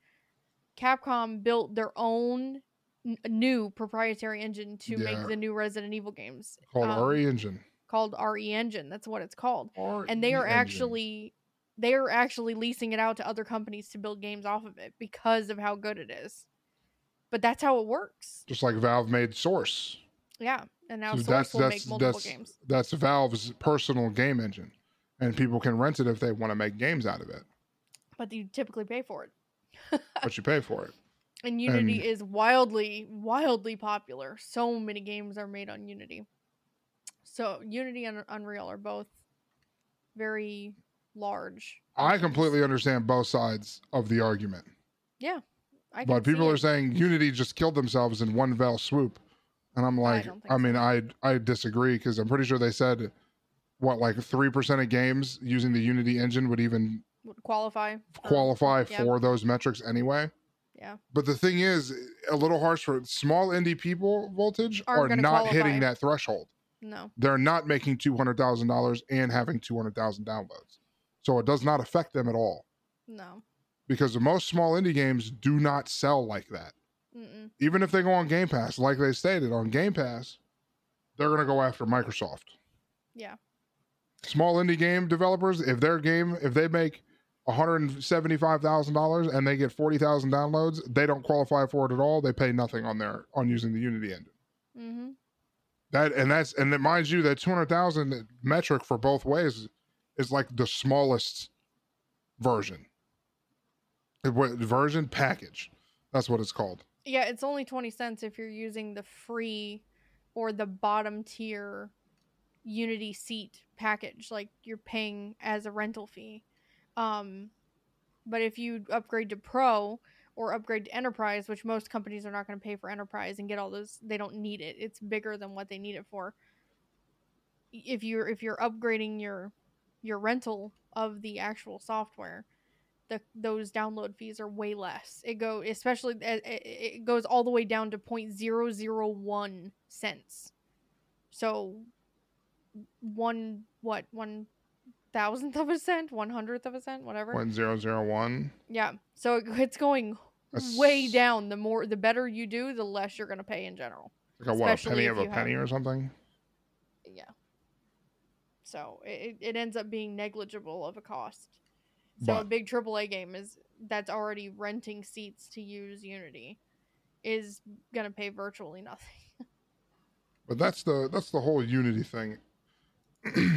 S3: Capcom built their own n- new proprietary engine to
S1: Yeah.
S3: make the new Resident Evil games
S1: Called
S3: um,
S1: RE Engine.
S3: called RE Engine. That's what it's called. And
S1: RE
S3: they are
S1: E Engine.
S3: actually they are actually leasing it out to other companies to build games off of it because of how good it is. But that's how it works.
S1: just like Valve made Source.
S3: Yeah. And now
S1: So
S3: Source
S1: that's-
S3: will
S1: that's-
S3: make multiple
S1: that's-
S3: games.
S1: That's Valve's personal game engine, and people can rent it if they want to make games out of it.
S3: But you typically pay for it.
S1: But you pay for it.
S3: And Unity
S1: And-
S3: is wildly, wildly popular. So many games are made on Unity. So Unity and Unreal are both very large.
S1: I completely understand both sides of the argument,
S3: I can
S1: but
S3: see
S1: people
S3: it.
S1: are saying Unity just killed themselves in one Valve swoop, and I'm like,
S3: don't think
S1: I, mean, I I disagree because I'm pretty sure they said what like three percent of games using the Unity engine would even
S3: would qualify. for-
S1: qualify
S3: yeah.
S1: for those metrics anyway.
S3: Yeah.
S1: But the thing is, a little harsh for small indie people. Voltage
S3: Aren't
S1: are
S3: gonna
S1: not
S3: qualify.
S1: hitting that threshold.
S3: No.
S1: they're not making two hundred thousand dollars and having two hundred thousand downloads. So it does not affect them at all
S3: No.
S1: because most small indie games do not sell like that.
S3: Mm-mm.
S1: Even if they go on Game Pass, like they stated on Game Pass, they're going to go after Microsoft.
S3: Yeah.
S1: Small indie game developers, if their game, if they make one hundred seventy-five thousand dollars and they get forty thousand downloads, they don't qualify for it at all. They pay nothing on their on using the Unity engine.
S3: Mm-hmm.
S1: That and that's and then mind you, that two hundred thousand metric for both ways is like the smallest version. Uh, what- Version package, that's what it's called.
S3: Yeah, it's only 20 cents if you're using the free or the bottom tier Unity seat package. Like you're paying as a rental fee. Um, but if you upgrade to Pro or upgrade to Enterprise, which most companies are not going to pay for Enterprise and get all those, they don't need it. It's bigger than what they need it for. If you're if you're upgrading your your rental of the actual software, the those download fees are way less. It go especially it, it it goes all the way down to 0.001 cents. So one what one thousandth of a cent, one hundredth of a cent, whatever.
S1: Point zero zero one.
S3: Yeah. So it- it's going
S1: That's-
S3: way down. The more, the better you do, the less you're going to pay in general.
S1: Like a, what, a
S3: Especially
S1: penny
S3: if
S1: of a
S3: you have-
S1: penny or something.
S3: Yeah. So it, it ends up being negligible of a cost. So a
S1: But
S3: big AAA game is that's already renting seats to use Unity is going to pay virtually nothing.
S1: but that's the that's the whole Unity thing.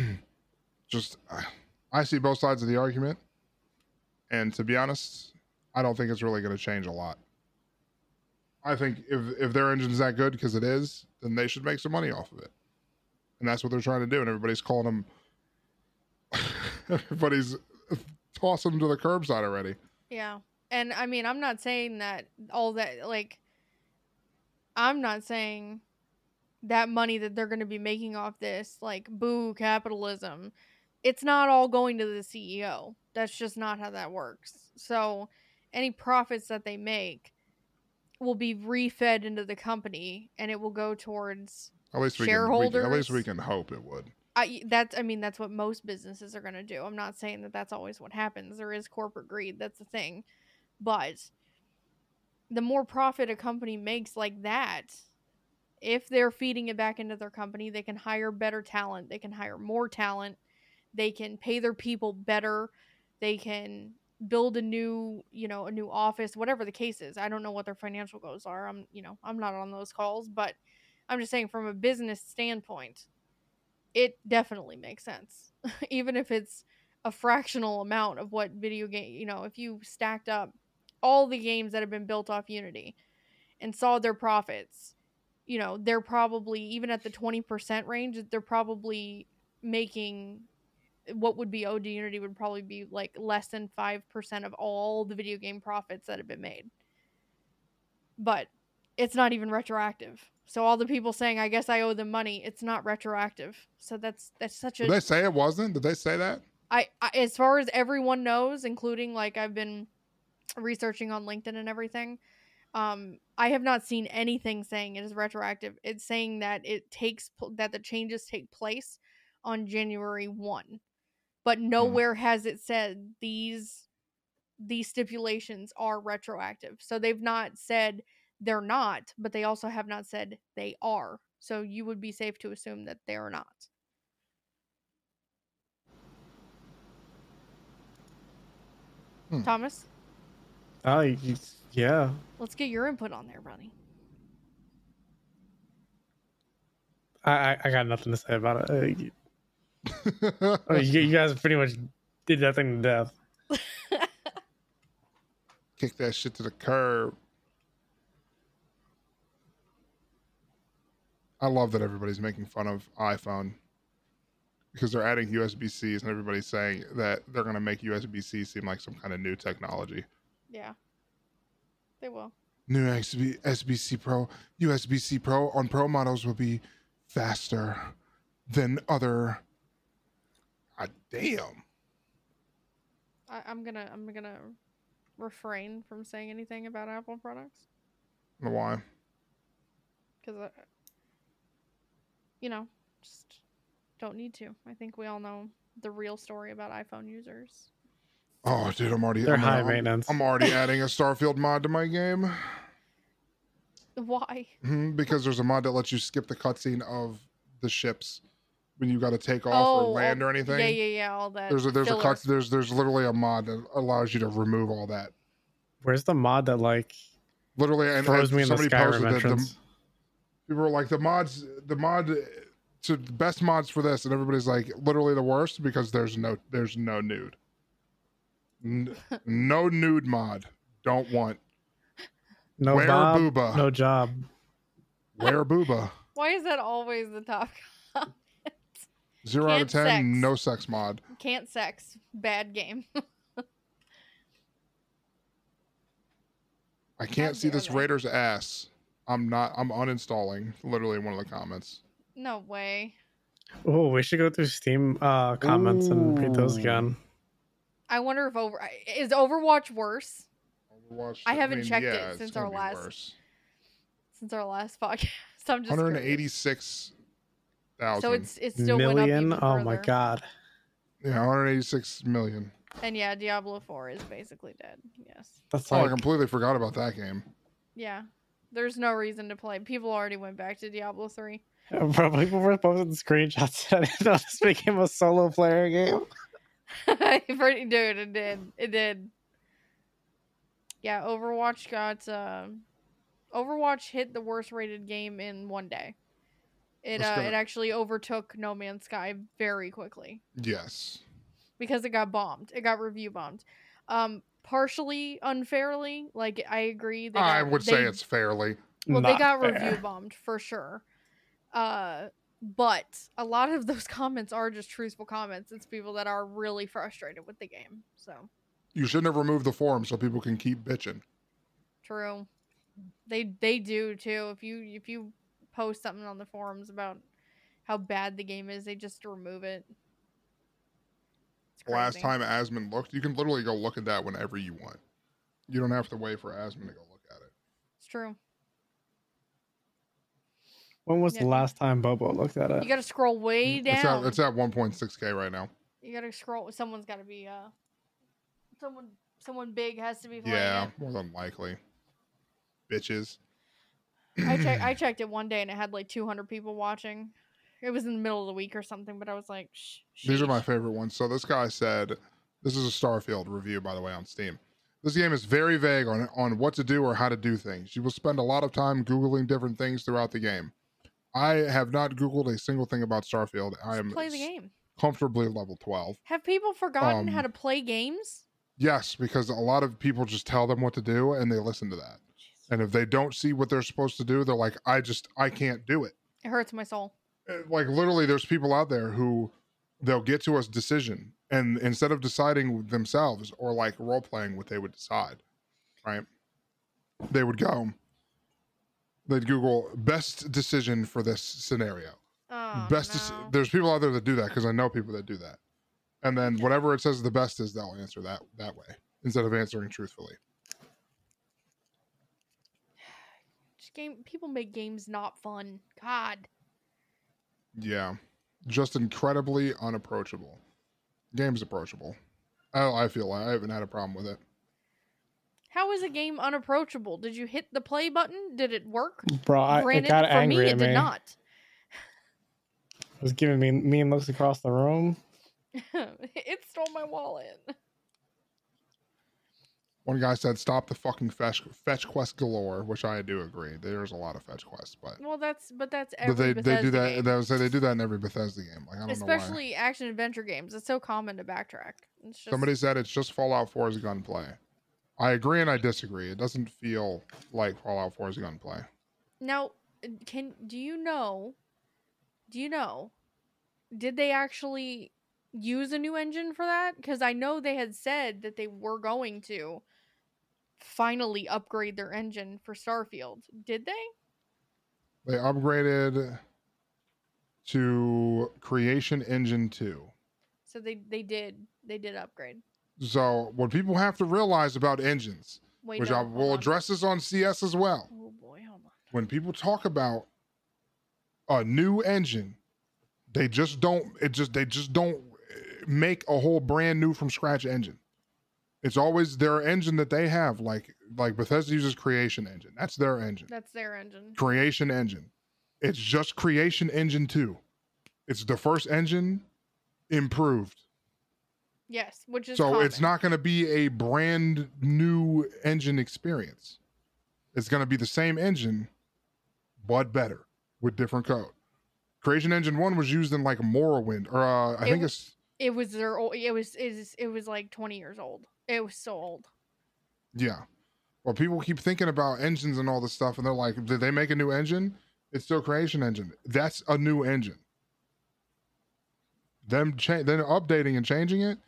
S1: Just uh, I see both sides of the argument, and to be honest, I don't think it's really going to change a lot. I think if if their engine's that good because it is, then they should make some money off of it, and that's what they're trying to do. And everybody's calling them, everybody's tossing them to the curbside already.
S3: Yeah. And I mean, I'm not saying that all that, like, I'm not saying that money that they're going to be making off this, like, boo capitalism, it's not all going to the CEO. That's just not how that works. So any profits that they make will be refed into the company and it will go towards
S1: At least we can, we can- at least
S3: Shareholders.
S1: we can hope it would.
S3: I that's I mean that's what most businesses are going to do. I'm not saying that that's always what happens. There is corporate greed, that's the thing. But the more profit a company makes like that, if they're feeding it back into their company, they can hire better talent, they can hire more talent, they can pay their people better, they can build a new, you know, a new office, whatever the case is. I don't know what their financial goals are. I'm, you know, I'm not on those calls, but I'm just saying from a business standpoint, it definitely makes sense even if it's a fractional amount of what video game you know if you stacked up all the games that have been built off unity and saw their profits you know they're probably even at the 20% range they're probably making what would be owed to unity would probably be like less than 5% of all the video game profits that have been made but it's not even retroactive. So all the people saying, "I guess I owe them money," it's not retroactive. So that's that's such a
S1: Did they say it wasn't? Did they say that?
S3: I, I as far as everyone knows, including like I've been researching on LinkedIn and everything, um, I have not seen anything saying it is retroactive. It's saying that it takes pl- that the changes take place on January one, but nowhere has it said these these stipulations are retroactive. So they've not said they're not, but they also have not said they are. So you would be safe to assume that they are not.
S1: Hmm.
S3: Thomas,
S2: Oh, y- y- yeah.
S3: let's get your input on there, Ronnie.
S2: I, I, I got nothing to say about it. Uh, you- I mean, you, you guys pretty much did that thing to death.
S1: Kick that shit to the curb. I love that everybody's making fun of iPhone because they're adding USB Cs and everybody's saying that they're going to make USB C seem like some kind of new technology.
S3: yeah. They will.
S1: New USB, SBC Pro, USB C Pro on Pro models will be faster than other. God Ah, damn.
S3: I, I'm gonna I'm gonna refrain from saying anything about Apple products
S1: I don't know Why?
S3: because you know just don't need to. I think we all know the real story about iPhone users.
S1: Oh, dude, I'm already.
S2: They're
S1: I'm,
S2: high
S1: I'm-
S2: maintenance.
S1: I'm already adding a Starfield mod to my game
S3: Why?
S1: Mhm, because there's a mod that lets you skip the cutscene of the ships when you got to take off or
S3: all-
S1: land or anything.
S3: Oh, Yeah, yeah, yeah. All that.
S1: There's a, there's a
S3: filler.
S1: cut, there's there's literally a mod that allows you to remove all that.
S2: Where's the mod that like
S1: Literally, and,
S2: throws
S1: and
S2: me in the
S1: somebody posted
S2: Skyrim
S1: that the
S2: entrance?
S1: people were like the mods, the mod to the best mods for this, and everybody's like literally the worst because there's no there's no nude, N- no nude mod. Don't want.
S2: No
S1: Where
S2: Bob,
S1: booba?
S2: no job.
S1: Wear booba.
S3: Why is that always the top? comment?
S1: Zero out of
S3: Can't
S1: ten.
S3: sex.
S1: No sex mod.
S3: Can't sex. Bad game.
S1: I can't see
S3: dare
S1: this
S3: they.
S1: Raiders ass. I'm not. I'm uninstalling. Literally one of the comments.
S3: no way.
S2: Oh, we should go through Steam uh, comments and read those
S1: Ooh.
S2: again.
S3: I wonder if over is Overwatch worse
S1: Overwatch,
S3: I haven't checked it
S1: it's
S3: since
S1: gonna
S3: our
S1: be
S3: last-
S1: worse.
S3: since our last podcast. I'm just curious.
S1: 186 thousand.
S3: So it's it still
S2: Million.
S3: went up even
S2: Oh my
S3: further.
S2: god.
S1: yeah, 186 million.
S3: And yeah, Diablo Four is basically dead. Yes.
S2: That's
S1: Oh, I
S2: like
S1: completely forgot about that game.
S3: Yeah. There's no reason to play. People already went back to Diablo Three.
S2: probably people were posting screenshots. I didn't know this became a solo player game.
S3: Pretty dude, it did. It did. Yeah, Overwatch got um Overwatch hit the worst rated game in one day. It
S1: Let's go.
S3: uh, it actually overtook No Man's Sky very quickly.
S1: Yes.
S3: because it got bombed. It got review bombed. Um, partially unfairly. Like I agree. They
S1: I
S3: got-
S1: would
S3: they-
S1: say it's fairly.
S3: well, they
S2: Not
S3: got
S2: fair.
S3: review bombed for sure. Uh, but a lot of those comments are just truthful comments. It's people that are really frustrated with the game. So
S1: You shouldn't have removed the forum so people can keep bitching.
S3: true. They they do too. If you if you post something on the forums about how bad the game is, they just remove it. It's
S1: Last
S3: crazy.
S1: time Asmund looked, you can literally go look at that whenever you want. You don't have to wait for Asmund to go look at it.
S3: it's true.
S2: When was
S3: Yeah.
S2: the last time Bobo looked at
S3: You
S2: it?
S3: got to scroll way down.
S1: It's at, it's at 1.6k right now.
S3: You gotta scroll. Someone's gotta be. uh Someone, someone big has to be playing
S1: Yeah,
S3: it.
S1: more than likely. Bitches.
S3: I checked. I checked it one day and it had like 200 people watching. It was in the middle of the week or something, but I was like, Shh,
S1: These are my
S3: sheesh."
S1: favorite ones. So this guy said, "This is a Starfield review, by the way, on Steam. This game is very vague on on what to do or how to do things. You will spend a lot of time googling different things throughout the game. I have not googled a single thing about Starfield. I
S3: Just
S1: am
S3: play the
S1: s-
S3: game.
S1: comfortably level twelve.
S3: Have people forgotten how
S1: Um,
S3: to play games?
S1: Yes, because a lot of people just tell them what to do and they listen to that.
S3: Jeez.
S1: And if they don't see what they're supposed to do, they're like, "I just I can't do it."
S3: It hurts my soul.
S1: Uh, like literally there's people out there who they'll get to a decision and instead of deciding themselves or like role playing what they would decide right they would go they'd google best decision for this scenario
S3: Oh,
S1: best dec-
S3: no.
S1: there's people out there that do that because i know people that do that and then whatever it says the best is they'll answer that that way instead of answering truthfully
S3: Just game. People make games not fun. God.
S1: yeah just incredibly unapproachable game's approachable i, I feel like i haven't had a problem with it
S3: How is a game unapproachable? Did you hit the play button? Did it work?
S2: Bro, I, it got
S3: for me,
S2: angry at
S3: it
S2: me.
S3: did not.
S2: It was giving me mean looks across the room.
S3: it stole my wallet.
S1: One guy said, "Stop the fucking fetch fetch quest galore," which I do agree. There's a lot of fetch quests, but
S3: Well, that's but that's
S1: but they
S3: every
S1: they do
S3: Bethesda
S1: that.
S3: game.
S1: They would say they do that in every Bethesda game. Like I don't know why.
S3: especially action adventure games. It's so common to backtrack. It's just
S1: Somebody said it's just Fallout 4's gunplay. I agree and I disagree. It doesn't feel like Fallout 4's gunplay.
S3: Now, can do you know? Do you know? Did they actually use a new engine for that? Because I know they had said that they were going to finally upgrade their engine for Starfield. Did they?
S1: They upgraded to Creation Engine 2.
S3: So they they did they did upgrade.
S1: So what people have to realize about engines,
S3: Wait,
S1: which
S3: no,
S1: I
S3: hold
S1: will
S3: on.
S1: address this on CS as well.
S3: Oh boy, hold on.
S1: When people talk about a new engine, they just don't it just they just don't make a whole brand new from scratch engine. It's always their engine that they have, like like Bethesda uses creation engine. That's their engine.
S3: That's their engine.
S1: Creation Engine. It's just Creation Engine 2. It's the first engine improved.
S3: Yes, which is
S1: so it's
S3: common.
S1: not going to be a brand new engine experience. It's going to be the same engine, but better with different code. Creation Engine 1 was used in like Morrowind, or uh, I think
S3: It w-
S1: it's,
S3: It was their old. It was it was, it was like twenty years old. It was so old.
S1: yeah. Well, people keep thinking about engines and all this stuff, and they're like, did they make a new engine? It's still Creation Engine. That's a new engine. Them cha- then updating and changing it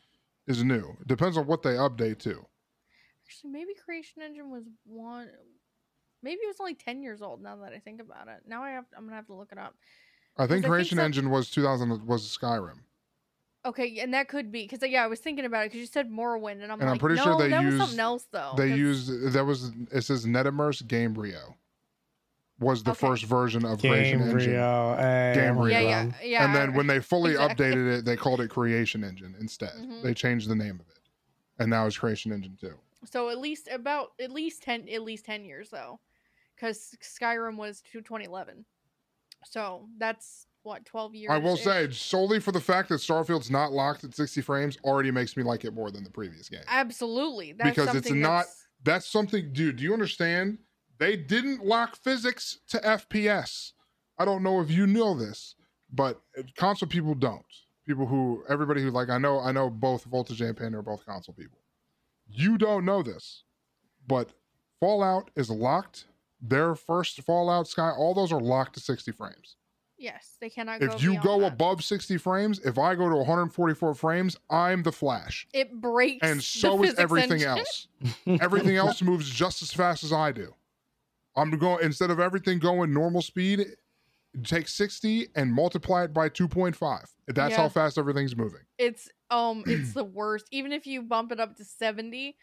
S1: is new. It depends on what they update to.
S3: Actually, maybe Creation Engine was one. Maybe it was only ten years old. Now that I think about it, now I have I'm gonna have to look it up.
S1: I think
S3: I think
S1: Creation
S3: some-
S1: Engine was 2000 was Skyrim.
S3: Okay, and that could be because yeah, I was thinking about it because you said Morrowind, and I'm
S1: And I'm
S3: like,
S1: pretty
S3: no,
S1: sure they
S3: that was
S1: used-
S3: something else though.
S1: they
S3: 'cause-
S1: used that was it says Netimers Gamebryo was the
S3: Okay.
S1: first version of Creation Engine.
S2: Gamebryo. Hey,
S1: Game
S2: I'm
S1: Rio.
S3: yeah,
S2: wrong.
S3: yeah, yeah.
S1: and then when they fully
S3: Exactly.
S1: updated it, they called it Creation Engine instead.
S3: Mhm.
S1: They changed the name of it, and now it's Creation Engine Two.
S3: so at least about at least ten at least ten years though, because Skyrim was to 2011, so that's what 12 years.
S1: I will say, solely for the fact that Starfield's not locked at 60 frames, already makes me like it more than the previous game.
S3: absolutely that's
S1: because it's
S3: something
S1: not-
S3: that's-
S1: That's something, dude. Do you understand? They didn't lock physics to FPS. I don't know if you know this, but console people don't. People who everybody who like I know I know both Voltage and Panda are both console people. You don't know this, but Fallout is locked. Their first Fallout Sky, all those are locked to 60 frames.
S3: yes they cannot. go
S1: If you
S3: beyond
S1: go
S3: that.
S1: above 60 frames, if I go to 144 frames, I'm the Flash.
S3: it breaks
S1: And
S3: the
S1: so is
S3: physics
S1: everything
S3: engine.
S1: else. everything else moves just as fast as I do. I'm going instead of everything going normal speed, take 60 and multiply it by 2.5. That's how
S3: Yeah.
S1: fast everything's moving.
S3: It's um, it's the worst. Even if you bump it up to seventy,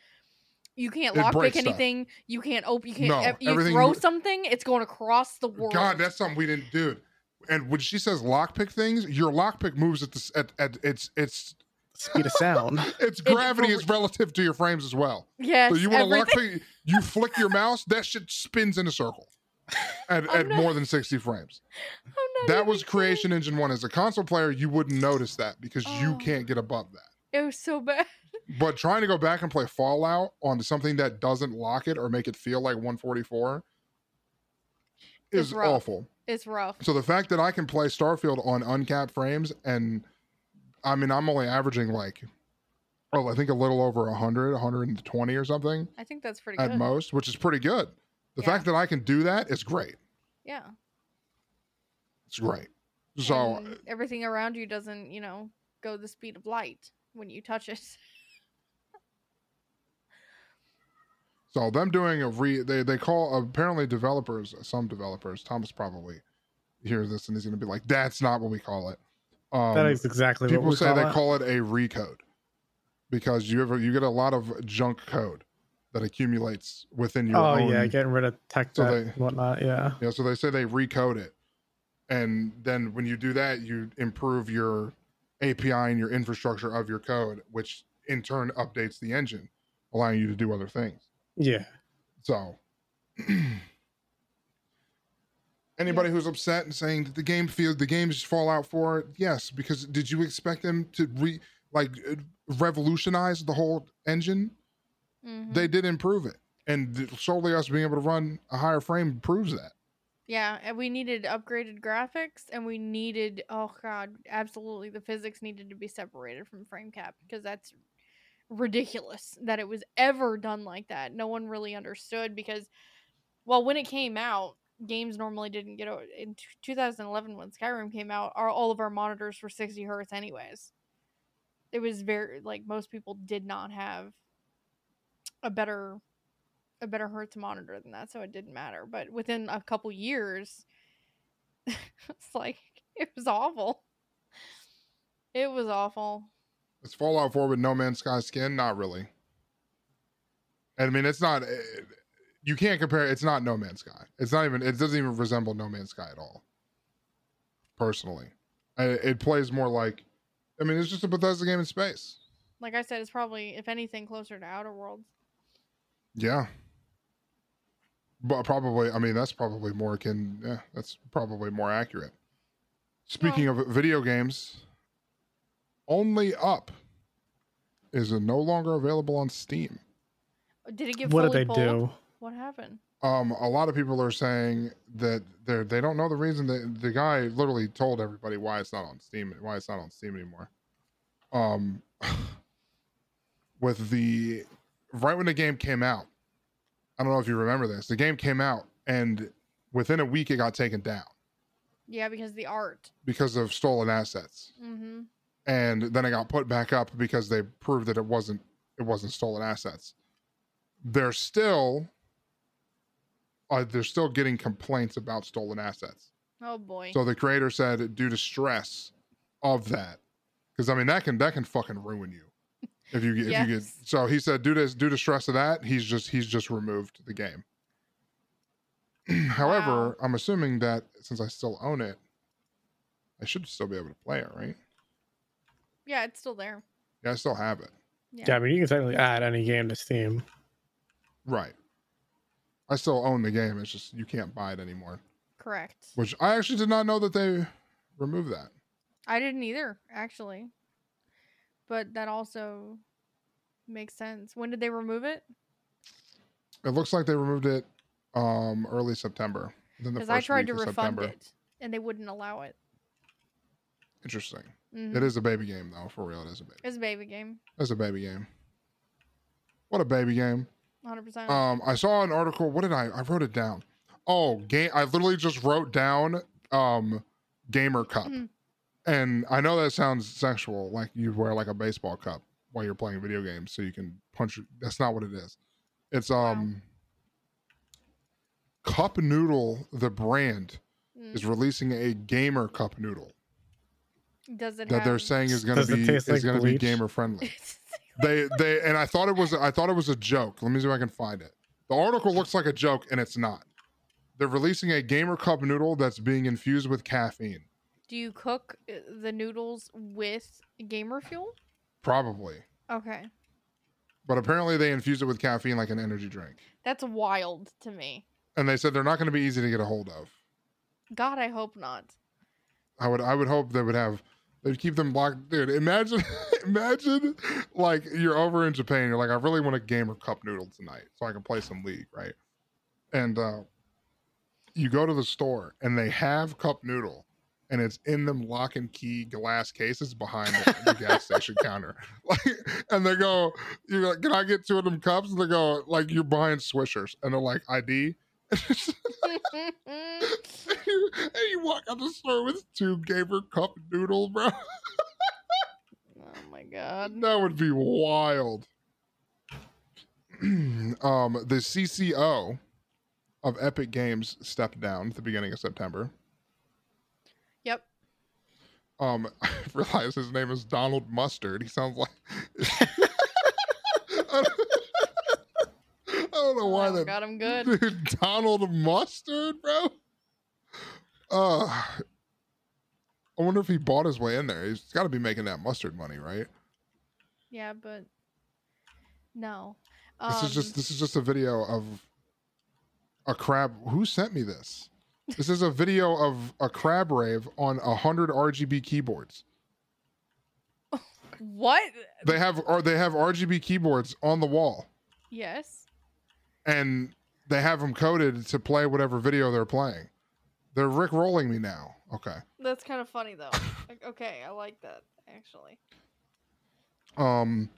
S3: you can't
S1: It
S3: lockpick
S1: breaks stuff.
S3: anything. You can't open. You can't.
S1: No,
S3: ev- you
S1: everything
S3: throw
S1: mo-
S3: something, it's going across the world.
S1: God, that's something we didn't do. And when she says lockpick things, your lockpick moves at the at, at its its
S2: Speed of sound.
S1: its gravity
S3: br-
S1: is relative to your frames as well.
S3: yes.
S1: So you want to
S3: everything-
S1: lockpick, you flick your mouse, that shit spins in a circle at,
S3: I'm
S1: at
S3: not-
S1: more than 60 frames.
S3: I'm not
S1: that
S3: even
S1: was
S3: kidding.
S1: creation engine one as a console player you wouldn't notice that because you
S3: Oh.
S1: can't get above that
S3: It was so bad.
S1: but trying to go back and play fallout onto something that doesn't lock it or make it feel like 144
S3: It's
S1: is
S3: rough.
S1: awful
S3: It's rough.
S1: so the fact that i can play starfield on uncapped frames and i mean i'm only averaging like oh i think a little over 100 120 or something
S3: I think that's pretty
S1: at
S3: good.
S1: most which is pretty good the
S3: Yeah.
S1: fact that i can do that is great
S3: yeah.
S1: it's great so uh,
S3: And everything around you doesn't, you know, go the speed of light when you touch it.
S1: So them doing a re they they call apparently developers some developers Thomas probably hears this and he's gonna be like that's not what we call it. Um,
S2: that is exactly what
S1: people
S2: we
S1: say
S2: call
S1: they
S2: it.
S1: call it a recode because you ever you get a lot of junk code that accumulates within your
S2: Oh
S1: own.
S2: yeah, getting rid of tech
S1: So
S2: debt
S1: they-
S2: and whatnot. Yeah.
S1: you know, so they say they recode it, and then when you do that, you improve your API and your infrastructure of your code, which in turn updates the engine, allowing you to do other things.
S2: Yeah.
S1: So, anybody who's upset and saying that the game feels the game is Fallout 4, yes, because did you expect them to re like uh, revolutionize the whole engine?
S3: Mhm.
S1: They did improve it, and th- solely us being able to run a higher frame proves that.
S3: Yeah, and we needed upgraded graphics, and we needed oh god, absolutely the physics needed to be separated from frame cap because that's ridiculous that it was ever done like that. No one really understood because, well, when it came out, games normally didn't get o- in t- 2011 when Skyrim came out. Our all of our monitors were 60 hertz, anyways. It was very like most people did not have a better a better hertz monitor than that, so it didn't matter. But within a couple years, it's like it was awful. It was awful.
S1: It's Fallout 4 with No Man's Sky skin? Not really. I mean, it's not. eh, You can't compare. It's not No Man's Sky. It's not even. It doesn't even resemble No Man's Sky at all. Personally, I- it plays more like. I mean, it's just a Bethesda game in space.
S3: Like I said, it's probably if anything closer to Outer Worlds.
S1: Yeah. But probably, I mean, that's probably more akin. Yeah, that's probably more accurate. Speaking of video games, Only Up is no longer available on Steam.
S3: Did it get
S2: what did
S3: fully
S2: they
S3: pulled?
S2: do?
S3: What happened?
S1: um a lot of people are saying that they're they don't know the reason that the guy literally told everybody why it's not on steam why it's not on steam anymore um with the right when the game came out i don't know if you remember this the game came out and within a week it got taken down
S3: Yeah, because the art.
S1: because of stolen assets
S3: Mm-hmm.
S1: and then it got put back up because they proved that it wasn't it wasn't stolen assets. They're still uh, they're still getting complaints about stolen assets.
S3: Oh boy.
S1: So the creator said due to stress of that, because I mean that can that can fucking ruin you if you get if you get.
S3: Yes.
S1: So he said due to due to stress of that, he's just he's just removed the game. However,
S3: Wow.
S1: I'm assuming that since I still own it, I should still be able to play it, right?
S3: yeah, it's still there.
S1: Yeah, I still have it.
S3: Yeah.
S2: Yeah. I mean, you can technically add any game to Steam.
S1: Right. I still own the game. It's just you can't buy it anymore.
S3: Correct.
S1: Which I actually did not know that they removed that.
S3: I didn't either, actually. But that also makes sense. When did they remove it?
S1: It looks like they removed it um early September. Then the
S3: Because
S1: first
S3: I
S1: week
S3: tried to
S1: of
S3: refund
S1: September.
S3: it, and they wouldn't allow it.
S1: Interesting.
S3: Mhm.
S1: It is a baby game though, for real. It is a baby.
S3: It's a baby game,
S1: It's a baby game. What a baby game.
S3: 100%.
S1: Um I saw an article. What did I I wrote it down. Oh, game I literally just wrote down um gamer cup.
S3: Mm.
S1: And I know that sounds sexual, like you wear like a baseball cup while you're playing video games so you can punch that's not what it is. It's
S3: Wow.
S1: um Cup Noodle the brand
S3: Mm.
S1: is releasing a gamer cup noodle
S3: Does it
S1: that they're
S3: have...
S1: saying is going
S2: Does
S1: to
S2: it
S1: be is
S2: taste like
S1: going to be
S2: bleach?
S1: gamer friendly. they they and I thought it was I thought it was a joke. Let me see if I can find it. The article looks like a joke and it's not. They're releasing a gamer cup noodle that's being infused with caffeine.
S3: Do you cook uh, the noodles with gamer fuel?
S1: Probably.
S3: Okay.
S1: But apparently they infuse it with caffeine like an energy drink.
S3: That's wild to me.
S1: And they said they're not going to be easy to get a hold of.
S3: God, I hope not.
S1: I would I would hope they would have they'd keep them locked. Dude, imagine imagine like you're over in Japan, you're like, I really want a gamer cup noodle tonight so I can play some league, right? And uh you go to the store and they have cup noodle and it's in them lock and key glass cases behind the, the gas station counter. Like and they go, You're like, Can I get two of them cups? And they go, like you're buying swishers and they're like ID.
S3: Oh
S1: and you, and you walk out the store with two gamer cup noodle, bro.
S3: oh my god.
S1: That would be wild. um, the CCO of Epic Games stepped down at the beginning of September.
S3: Yep.
S1: Um, I realize his name is Donald Mustard. He sounds like. I don't- I don't know why
S3: oh my
S1: that
S3: god, I'm good.
S1: Dude, Donald Mustard, bro. Uh, I wonder if he bought his way in there. He's got to be making that mustard money, right?
S3: Yeah, but no. Um,
S1: this is just this is just a video of a crab. Who sent me this? This is a video of a crab rave on a hundred RGB keyboards.
S3: what? Um,
S1: uh, They have or they have RGB keyboards on the wall.
S3: Yes.
S1: and they have them coded to play whatever video they're playing. They're Rick rolling me now. Okay.
S3: That's kind of funny though. Like, okay, I like that actually.
S1: Um,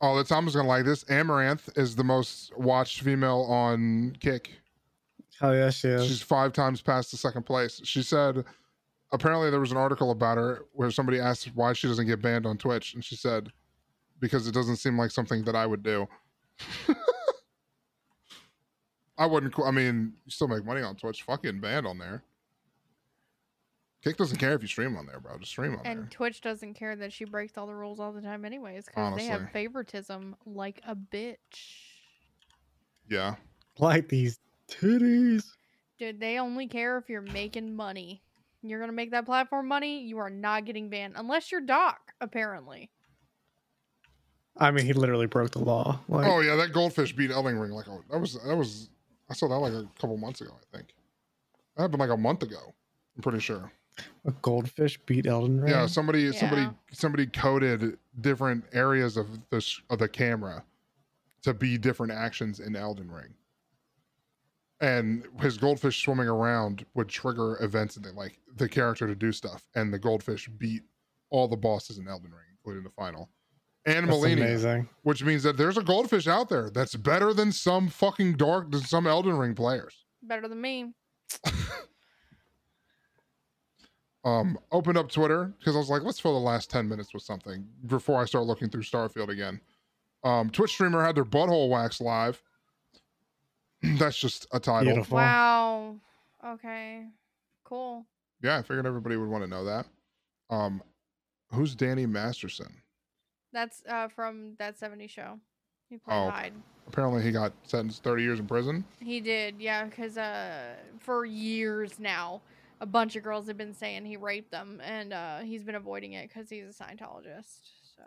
S1: oh, that's Thomas gonna like this. Amaranth is the most watched female on Kick.
S2: Hell yeah, she is.
S1: She's five times past the second place. She said, apparently there was an article about her where somebody asked why she doesn't get banned on Twitch, and she said, because it doesn't seem like something that I would do. I wouldn't. qu- I mean, you still make money on Twitch. Fucking banned on there. Kick doesn't care if you stream on there, bro. Just stream on there.
S3: And Twitch doesn't care that she breaks all the rules all the time, anyways, because they have
S1: Honestly.
S3: favoritism like a bitch.
S1: Yeah.
S2: like these titties.
S3: Dude, they only care if you're making money. You're gonna make that platform money. You are not getting banned unless you're Doc, apparently.
S2: I mean, he literally broke the law. Like,
S1: oh yeah, that goldfish beat Elling Ring like oh, that was that was I saw that like a couple months ago. I think that happened like a month ago. I'm pretty sure.
S2: a goldfish beat Elden Ring.
S1: Yeah, somebody somebody
S3: Yeah.
S1: somebody coded different areas of the sh- of the camera to be different actions in Elden Ring. And his goldfish swimming around would trigger events and they like the character to do stuff. And the goldfish beat all the bosses in Elden Ring, including the final. And
S2: That's
S1: Melania,
S2: amazing.
S1: which means that there's a goldfish out there that's better than some fucking dark than some Elden Ring players.
S3: Better than me.
S1: Um, opened up Twitter because I was like, let's fill the last ten minutes with something before I start looking through Starfield again. Um, Twitch streamer had their butthole wax live. that's just a title.
S2: Beautiful.
S3: Wow. Okay. Cool.
S1: Yeah, I figured everybody would want to know that. Um, who's Danny Masterson?
S3: That's uh from that 70 show. He played
S1: Oh.
S3: Hyde.
S1: Apparently, he got sentenced 30 years in prison.
S3: He did, yeah, because uh, for years now, a bunch of girls have been saying he raped them, and uh, he's been avoiding it because he's a Scientologist. So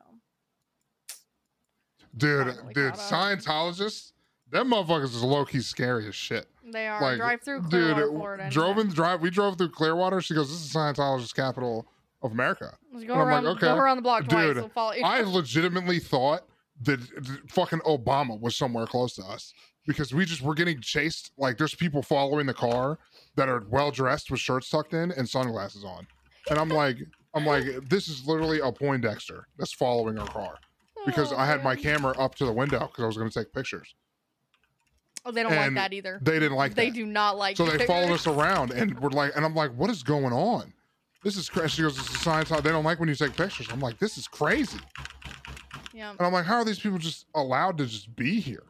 S1: Dude,
S3: Finally
S1: dude,
S3: caught up.
S1: Scientologists, them motherfuckers is low key scary as shit.
S3: they are
S1: Like,
S3: drive through
S1: Dude,
S3: Clearwater,
S1: it-
S3: Florida.
S1: drove in drive. We drove through Clearwater. She goes, "This is Scientologist capital of America."
S3: Let's go
S1: and I'm like,
S3: around, go
S1: okay.
S3: around the block twice.
S1: Dude,
S3: They'll follow you.
S1: I legitimately thought that that fucking Obama was somewhere close to us because we just were getting chased. Like, there's people following the car that are well dressed with shirts tucked in and sunglasses on, and I'm like, I'm like, this is literally a Poindexter that's following our car because
S3: Oh,
S1: I had my
S3: man.
S1: camera up to the window because I was going to take pictures.
S3: Oh, they don't like
S1: and
S3: that either.
S1: They didn't like
S3: they
S1: that.
S3: do not like.
S1: So they
S3: that.
S1: followed us around and we're like, and I'm like, what is going on? This is crazy. She goes, it's a science. They don't like when you take pictures. I'm like, this is crazy.
S3: Yeah,
S1: And I'm like, how are these people just allowed to just be here?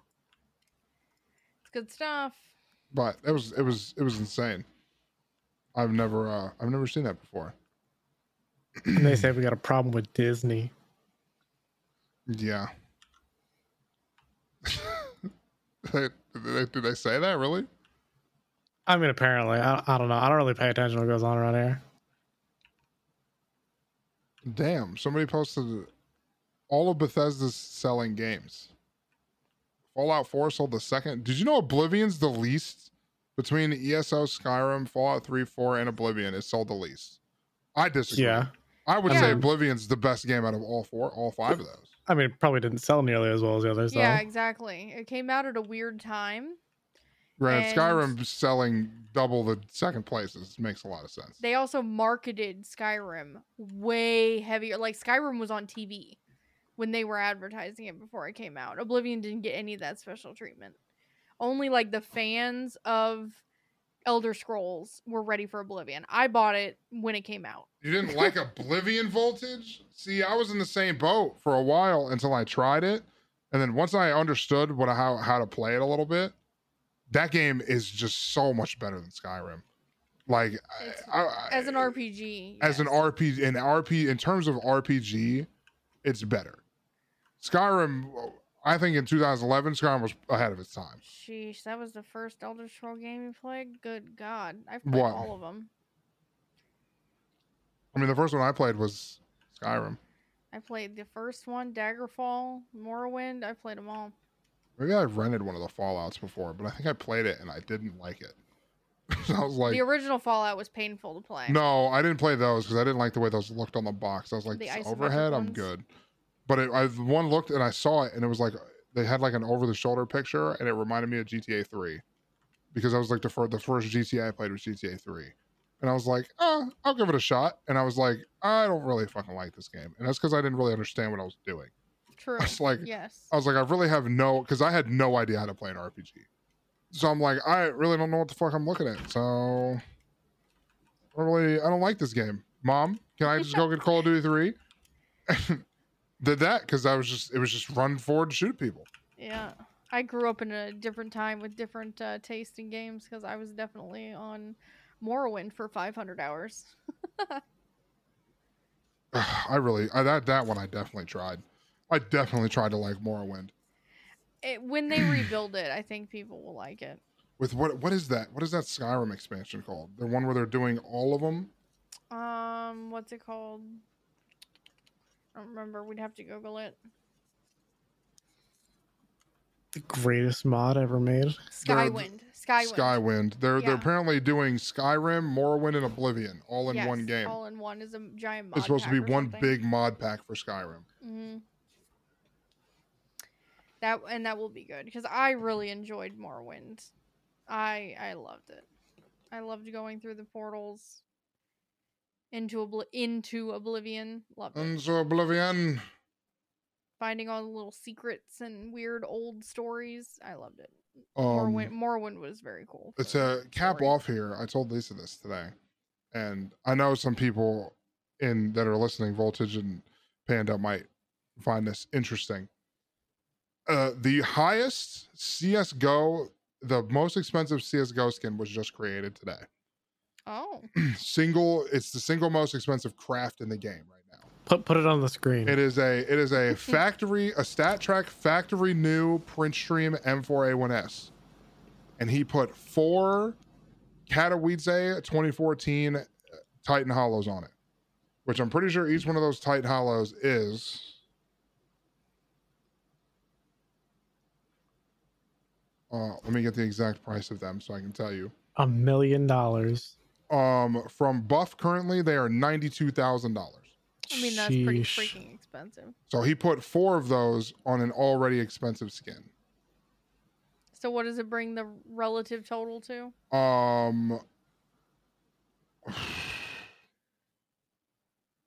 S3: it's good stuff.
S1: But it was, it was, it was insane. I've never, uh, I've never seen that before.
S2: And they say we got a problem with Disney.
S1: Yeah. they, they, did they say that really?
S2: I mean, apparently, I, I don't know. I don't really pay attention to what goes on around here.
S1: Damn. Somebody posted all of Bethesda's selling games. Fallout 4 sold the second. Did you know Oblivion's the least? Between ESO, Skyrim, Fallout 3, 4, and Oblivion, it sold the least. I disagree.
S2: Yeah,
S1: I would
S3: I
S1: say
S2: mean-
S1: Oblivion's the best game out of all four, all five of those.
S2: I mean, it probably didn't sell nearly as well as the others. though.
S3: Yeah, exactly. It came out at a weird time.
S1: Granted,
S3: And-
S1: Skyrim selling double the second places makes a lot of sense.
S3: they also marketed Skyrim way heavier. Like Skyrim was on TV when they were advertising it before it came out. Oblivion didn't get any of that special treatment. Only like the fans of Elder Scrolls were ready for Oblivion. I bought it when it came out.
S1: You didn't like Oblivion Voltage? See, I was in the same boat for a while until I tried it, and then once I understood what how how to play it a little bit, that game is just so much better than Skyrim. Like
S3: It's-
S1: I, I,
S3: As an RPG.
S1: as an
S3: yes.
S1: RPG, in RP in terms of RPG, it's better. Skyrim, I think in 2011, Skyrim was ahead of its time.
S3: Sheesh, that was the first Elder Scroll game you played? Good God. I've played
S1: What?
S3: all of them.
S1: I mean, the first one I played was Skyrim.
S3: I played the first one, Daggerfall, Morrowind. I played them all.
S1: Maybe I rented one of the Fallout's before, but I think I played it and I didn't like it. so I was like,
S3: the original Fallout was painful to play.
S1: no, I didn't play those because I didn't like the way those looked on the box. I was like,
S3: The
S1: "This
S3: isometric
S1: overhead, I'm
S3: ones?
S1: good. But it, I one looked and I saw it and it was like they had like an over the shoulder picture and it reminded me of GTA 3 because I was like the, fir- the first GTA I played was GTA 3. And I was like, oh, I'll give it a shot. And I was like, I don't really fucking like this game. And that's because I didn't really understand what I was doing.
S3: True.
S1: I was like, oh.
S3: yes.
S1: I was like, I really have no, because I had no idea how to play an RPG. So I'm like, I really don't know what the fuck I'm looking at. So I really, I don't like this game. Mom, can I just go get Call of Duty 3? Did that because I was just, it was just run forward and shoot people.
S3: Yeah. I grew up in a different time with different uh, taste in games because I was definitely on Morrowind for 500 hours.
S1: I really, I, that, that one I definitely tried. I definitely tried to like Morrowind.
S3: It, when they rebuild it, I think people will like it.
S1: With what, what is that? What is that Skyrim expansion called? The one where they're doing all of them?
S3: Um, what's it called? I don't remember. We'd have to Google it.
S2: The greatest mod ever made.
S1: They're-
S3: Skywind. Skywind.
S1: Skywind. They're they're
S3: Yeah.
S1: apparently doing Skyrim, Morrowind, and Oblivion all in
S3: Yes,
S1: one game.
S3: All in one is a giant mod.
S1: it's supposed to be
S3: pack or
S1: one
S3: something.
S1: big mod pack for Skyrim.
S3: Mhm. That and that will be good because I really enjoyed Morrowind. I I loved it. I loved going through the portals into obli- into oblivion. Loved it.
S1: And so Oblivion.
S3: Finding all the little secrets and weird old stories. I loved it. Morrowind,
S1: Um,
S3: Morrowind was very cool.
S1: it's
S3: for
S1: a cap
S3: story.
S1: off here. I told Lisa this today, and I know some people in that are listening, Voltage and Panda might find this interesting. Uh, the highest CS:GO, the most expensive CS:GO skin was just created today.
S3: Oh,
S1: single, it's the single most expensive craft in the game right now.
S2: Put put it on the screen.
S1: It is a it is a factory a stat track factory new Printstream M4A1S, and he put four Katowice 2014 Titan Hollows on it, which I'm pretty sure each one of those Titan Hollows is. Uh, let me get the exact price of them so I can tell you.
S2: A million dollars.
S1: Um, from Buff currently they are ninety two thousand dollars.
S3: I mean that's pretty
S2: Sheesh.
S3: freaking expensive.
S1: So he put four of those on an already expensive skin.
S3: So what does it bring the relative total to?
S1: Um, uh,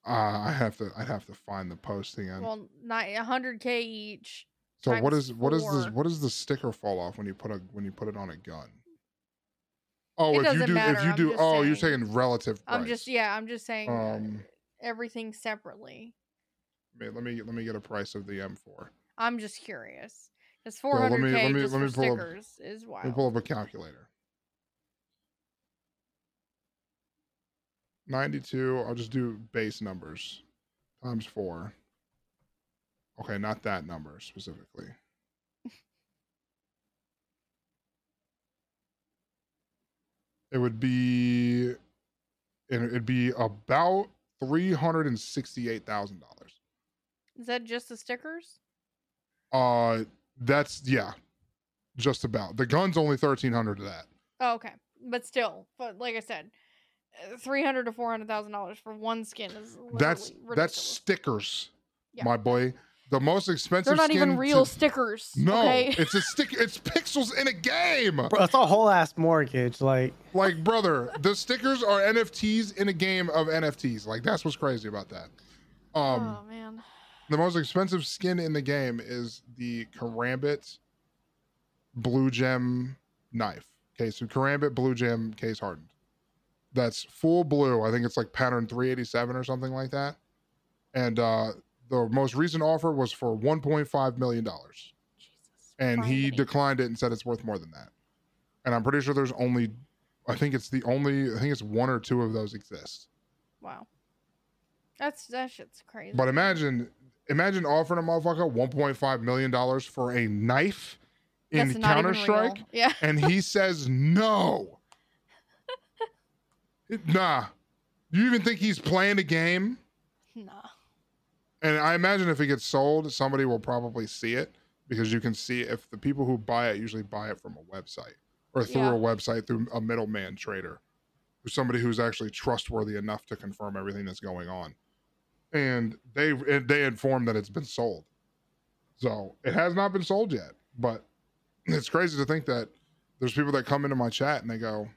S1: I have to. I'd have to find the posting. And
S3: Well, not 100k each.
S1: so, what
S3: times
S1: is what is this?
S3: four.
S1: What does the sticker fall off when you put a when you put it on a gun? Oh, if
S3: It
S1: you
S3: doesn't
S1: do,
S3: matter,
S1: if you
S3: I'm
S1: do,
S3: just
S1: oh, you're
S3: saying.
S1: taking relative. Price.
S3: I'm just yeah, I'm just saying uh,
S1: Um,
S3: everything separately.
S1: wait, let me let me get a price of the M4.
S3: I'm just curious. It's
S1: let
S3: 400k
S1: me- let me-
S3: just
S1: let me
S3: for
S1: pull up-
S3: stickers is
S1: Let me pull
S3: wild.
S1: up a calculator. 92, I'll just do base numbers times four. Okay, not that number specifically. it would be, it- it'd be about $368,000.
S3: Is that just the stickers?
S1: Uh, that's, yeah, just about. The gun's only 1300 of that.
S3: Oh, okay, but still, but like I said, uh, 300 to 400 thousand dollars for one skin is
S1: That's
S3: literally
S1: that's
S3: ridiculous.
S1: stickers,
S3: Yeah.
S1: my boy. The most expensive.
S3: They're not
S1: skin
S3: even real
S1: To,
S3: stickers.
S1: no,
S3: okay?
S1: it's a stick. It's pixels in a game.
S2: Bro, that's a whole ass mortgage. Like
S1: Like brother, the stickers are NFTs in a game of NFTs. Like that's what's crazy about that. Um,
S3: oh man,
S1: the most expensive skin in the game is the Karambit Blue Gem knife. Okay, so Karambit Blue Gem case hardened. That's full blue. I think it's like pattern 387 or something like that. And uh, the most recent offer was for 1.5 million dollars,
S3: Jesus.
S1: and he
S3: Criminy.
S1: declined it and said it's worth more than that. And I'm pretty sure there's only, I think it's the only, I think it's one or two of those exist.
S3: Wow, that's that shit's crazy.
S1: But imagine, imagine offering a motherfucker 1.5 million dollars for a knife
S3: That's
S1: in
S3: not even
S1: Counter Strike,
S3: real. Yeah.
S1: and he says no. It- nah, you even think he's playing a game?
S3: Nah.
S1: And I imagine if it gets sold, somebody will probably see it because you can see if the people who buy it usually buy it from a website or through
S3: Yeah.
S1: a website through a middleman trader, who's somebody who's actually trustworthy enough to confirm everything that's going on. And they and they inform that it's been sold. So it has not been sold yet, but it's crazy to think that there's people that come into my chat and they go,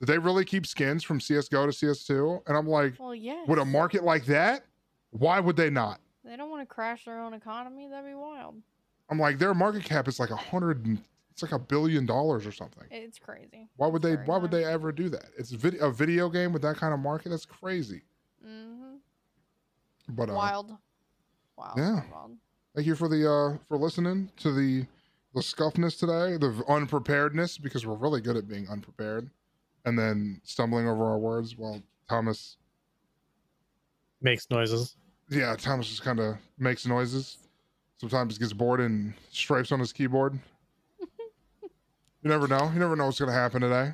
S1: "Did they really keep skins from CS:GO to CS2?" And I'm like,
S3: Well, yes.
S1: "Would a market like that? Why would they not?"
S3: They don't want to crash their own economy. That'd be wild.
S1: I'm like, "Their market cap is like a hundred, and- it's like a billion dollars or something.
S3: It's crazy.
S1: Why would they? Why would they ever do that? It's vid- a video game with that kind of market. That's crazy."
S3: hmm
S1: But uh,
S3: Wild. Wild.
S1: yeah.
S3: Wild.
S1: thank you for the uh for listening to the the scuffness today the unpreparedness because we're really good at being unprepared and then stumbling over our words while thomas
S2: Makes noises.
S1: yeah thomas just kind of makes noises sometimes gets bored and stripes on his keyboard you never know you never know what's gonna happen today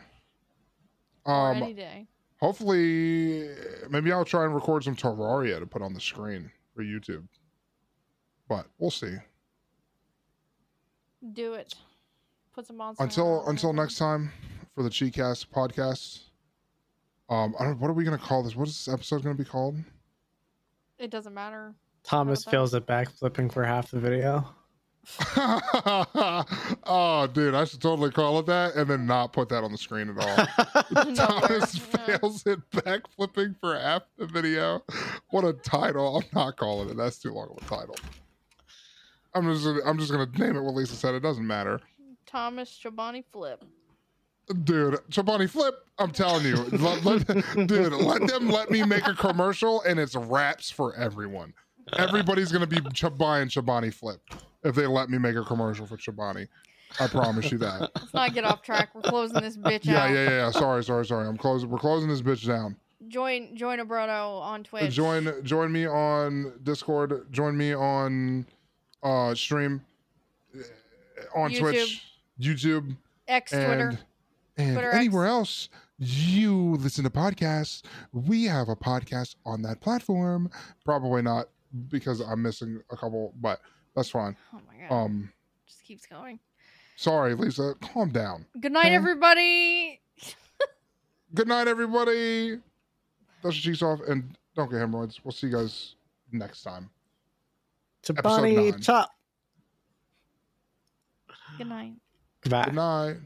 S3: Or
S1: um
S3: any day.
S1: hopefully maybe i'll try and record some terraria to put on the screen for youtube but we'll see
S3: Do it. Put some monster.
S1: until
S3: on
S1: until
S3: it.
S1: next time for the cheatcast podcast um I don't, what are we gonna call this what is this episode gonna be called
S3: It doesn't matter.
S2: Thomas
S3: about that?
S2: fails at backflipping for half the video.
S1: oh dude i should totally call it that and then not put that on the screen at all thomas
S3: Yeah.
S1: fails at backflipping for half the video what a title i'm not calling it that's too long of a title i'm just gonna- i'm just gonna name it what lisa said it doesn't matter
S3: Thomas Chobani Flip.
S1: Dude, Chobani Flip, I'm telling you, let, let- dude, let them let me make a commercial and it's wraps for everyone. Everybody's gonna be ch- buying Chobani Flip if they let me make a commercial for Chobani. I promise you that.
S3: Let's not get off track. We're closing this bitch
S1: Yeah,
S3: out.
S1: yeah, yeah. yeah. Sorry, sorry, sorry. I'm closing. We're closing this bitch down.
S3: Join join Abroto on Twitch.
S1: Join, join me on Discord. Join me on uh stream, uh, on Twitch, YouTube.
S3: X Twitter.
S1: and, and
S3: Twitter X.
S1: anywhere else you listen to podcasts. We have a podcast on that platform. Probably not because I'm missing a couple, but that's fine.
S3: Oh my god.
S1: Um,
S3: Just keeps going.
S1: sorry, Lisa, calm down.
S3: Good night,
S1: okay.
S3: everybody.
S1: Good night, everybody. Dust your cheeks off and don't get hemorrhoids. We'll see you guys next time.
S2: Chobani
S1: nine.
S2: chop.
S3: Good night.
S2: Goodbye.
S1: Good night.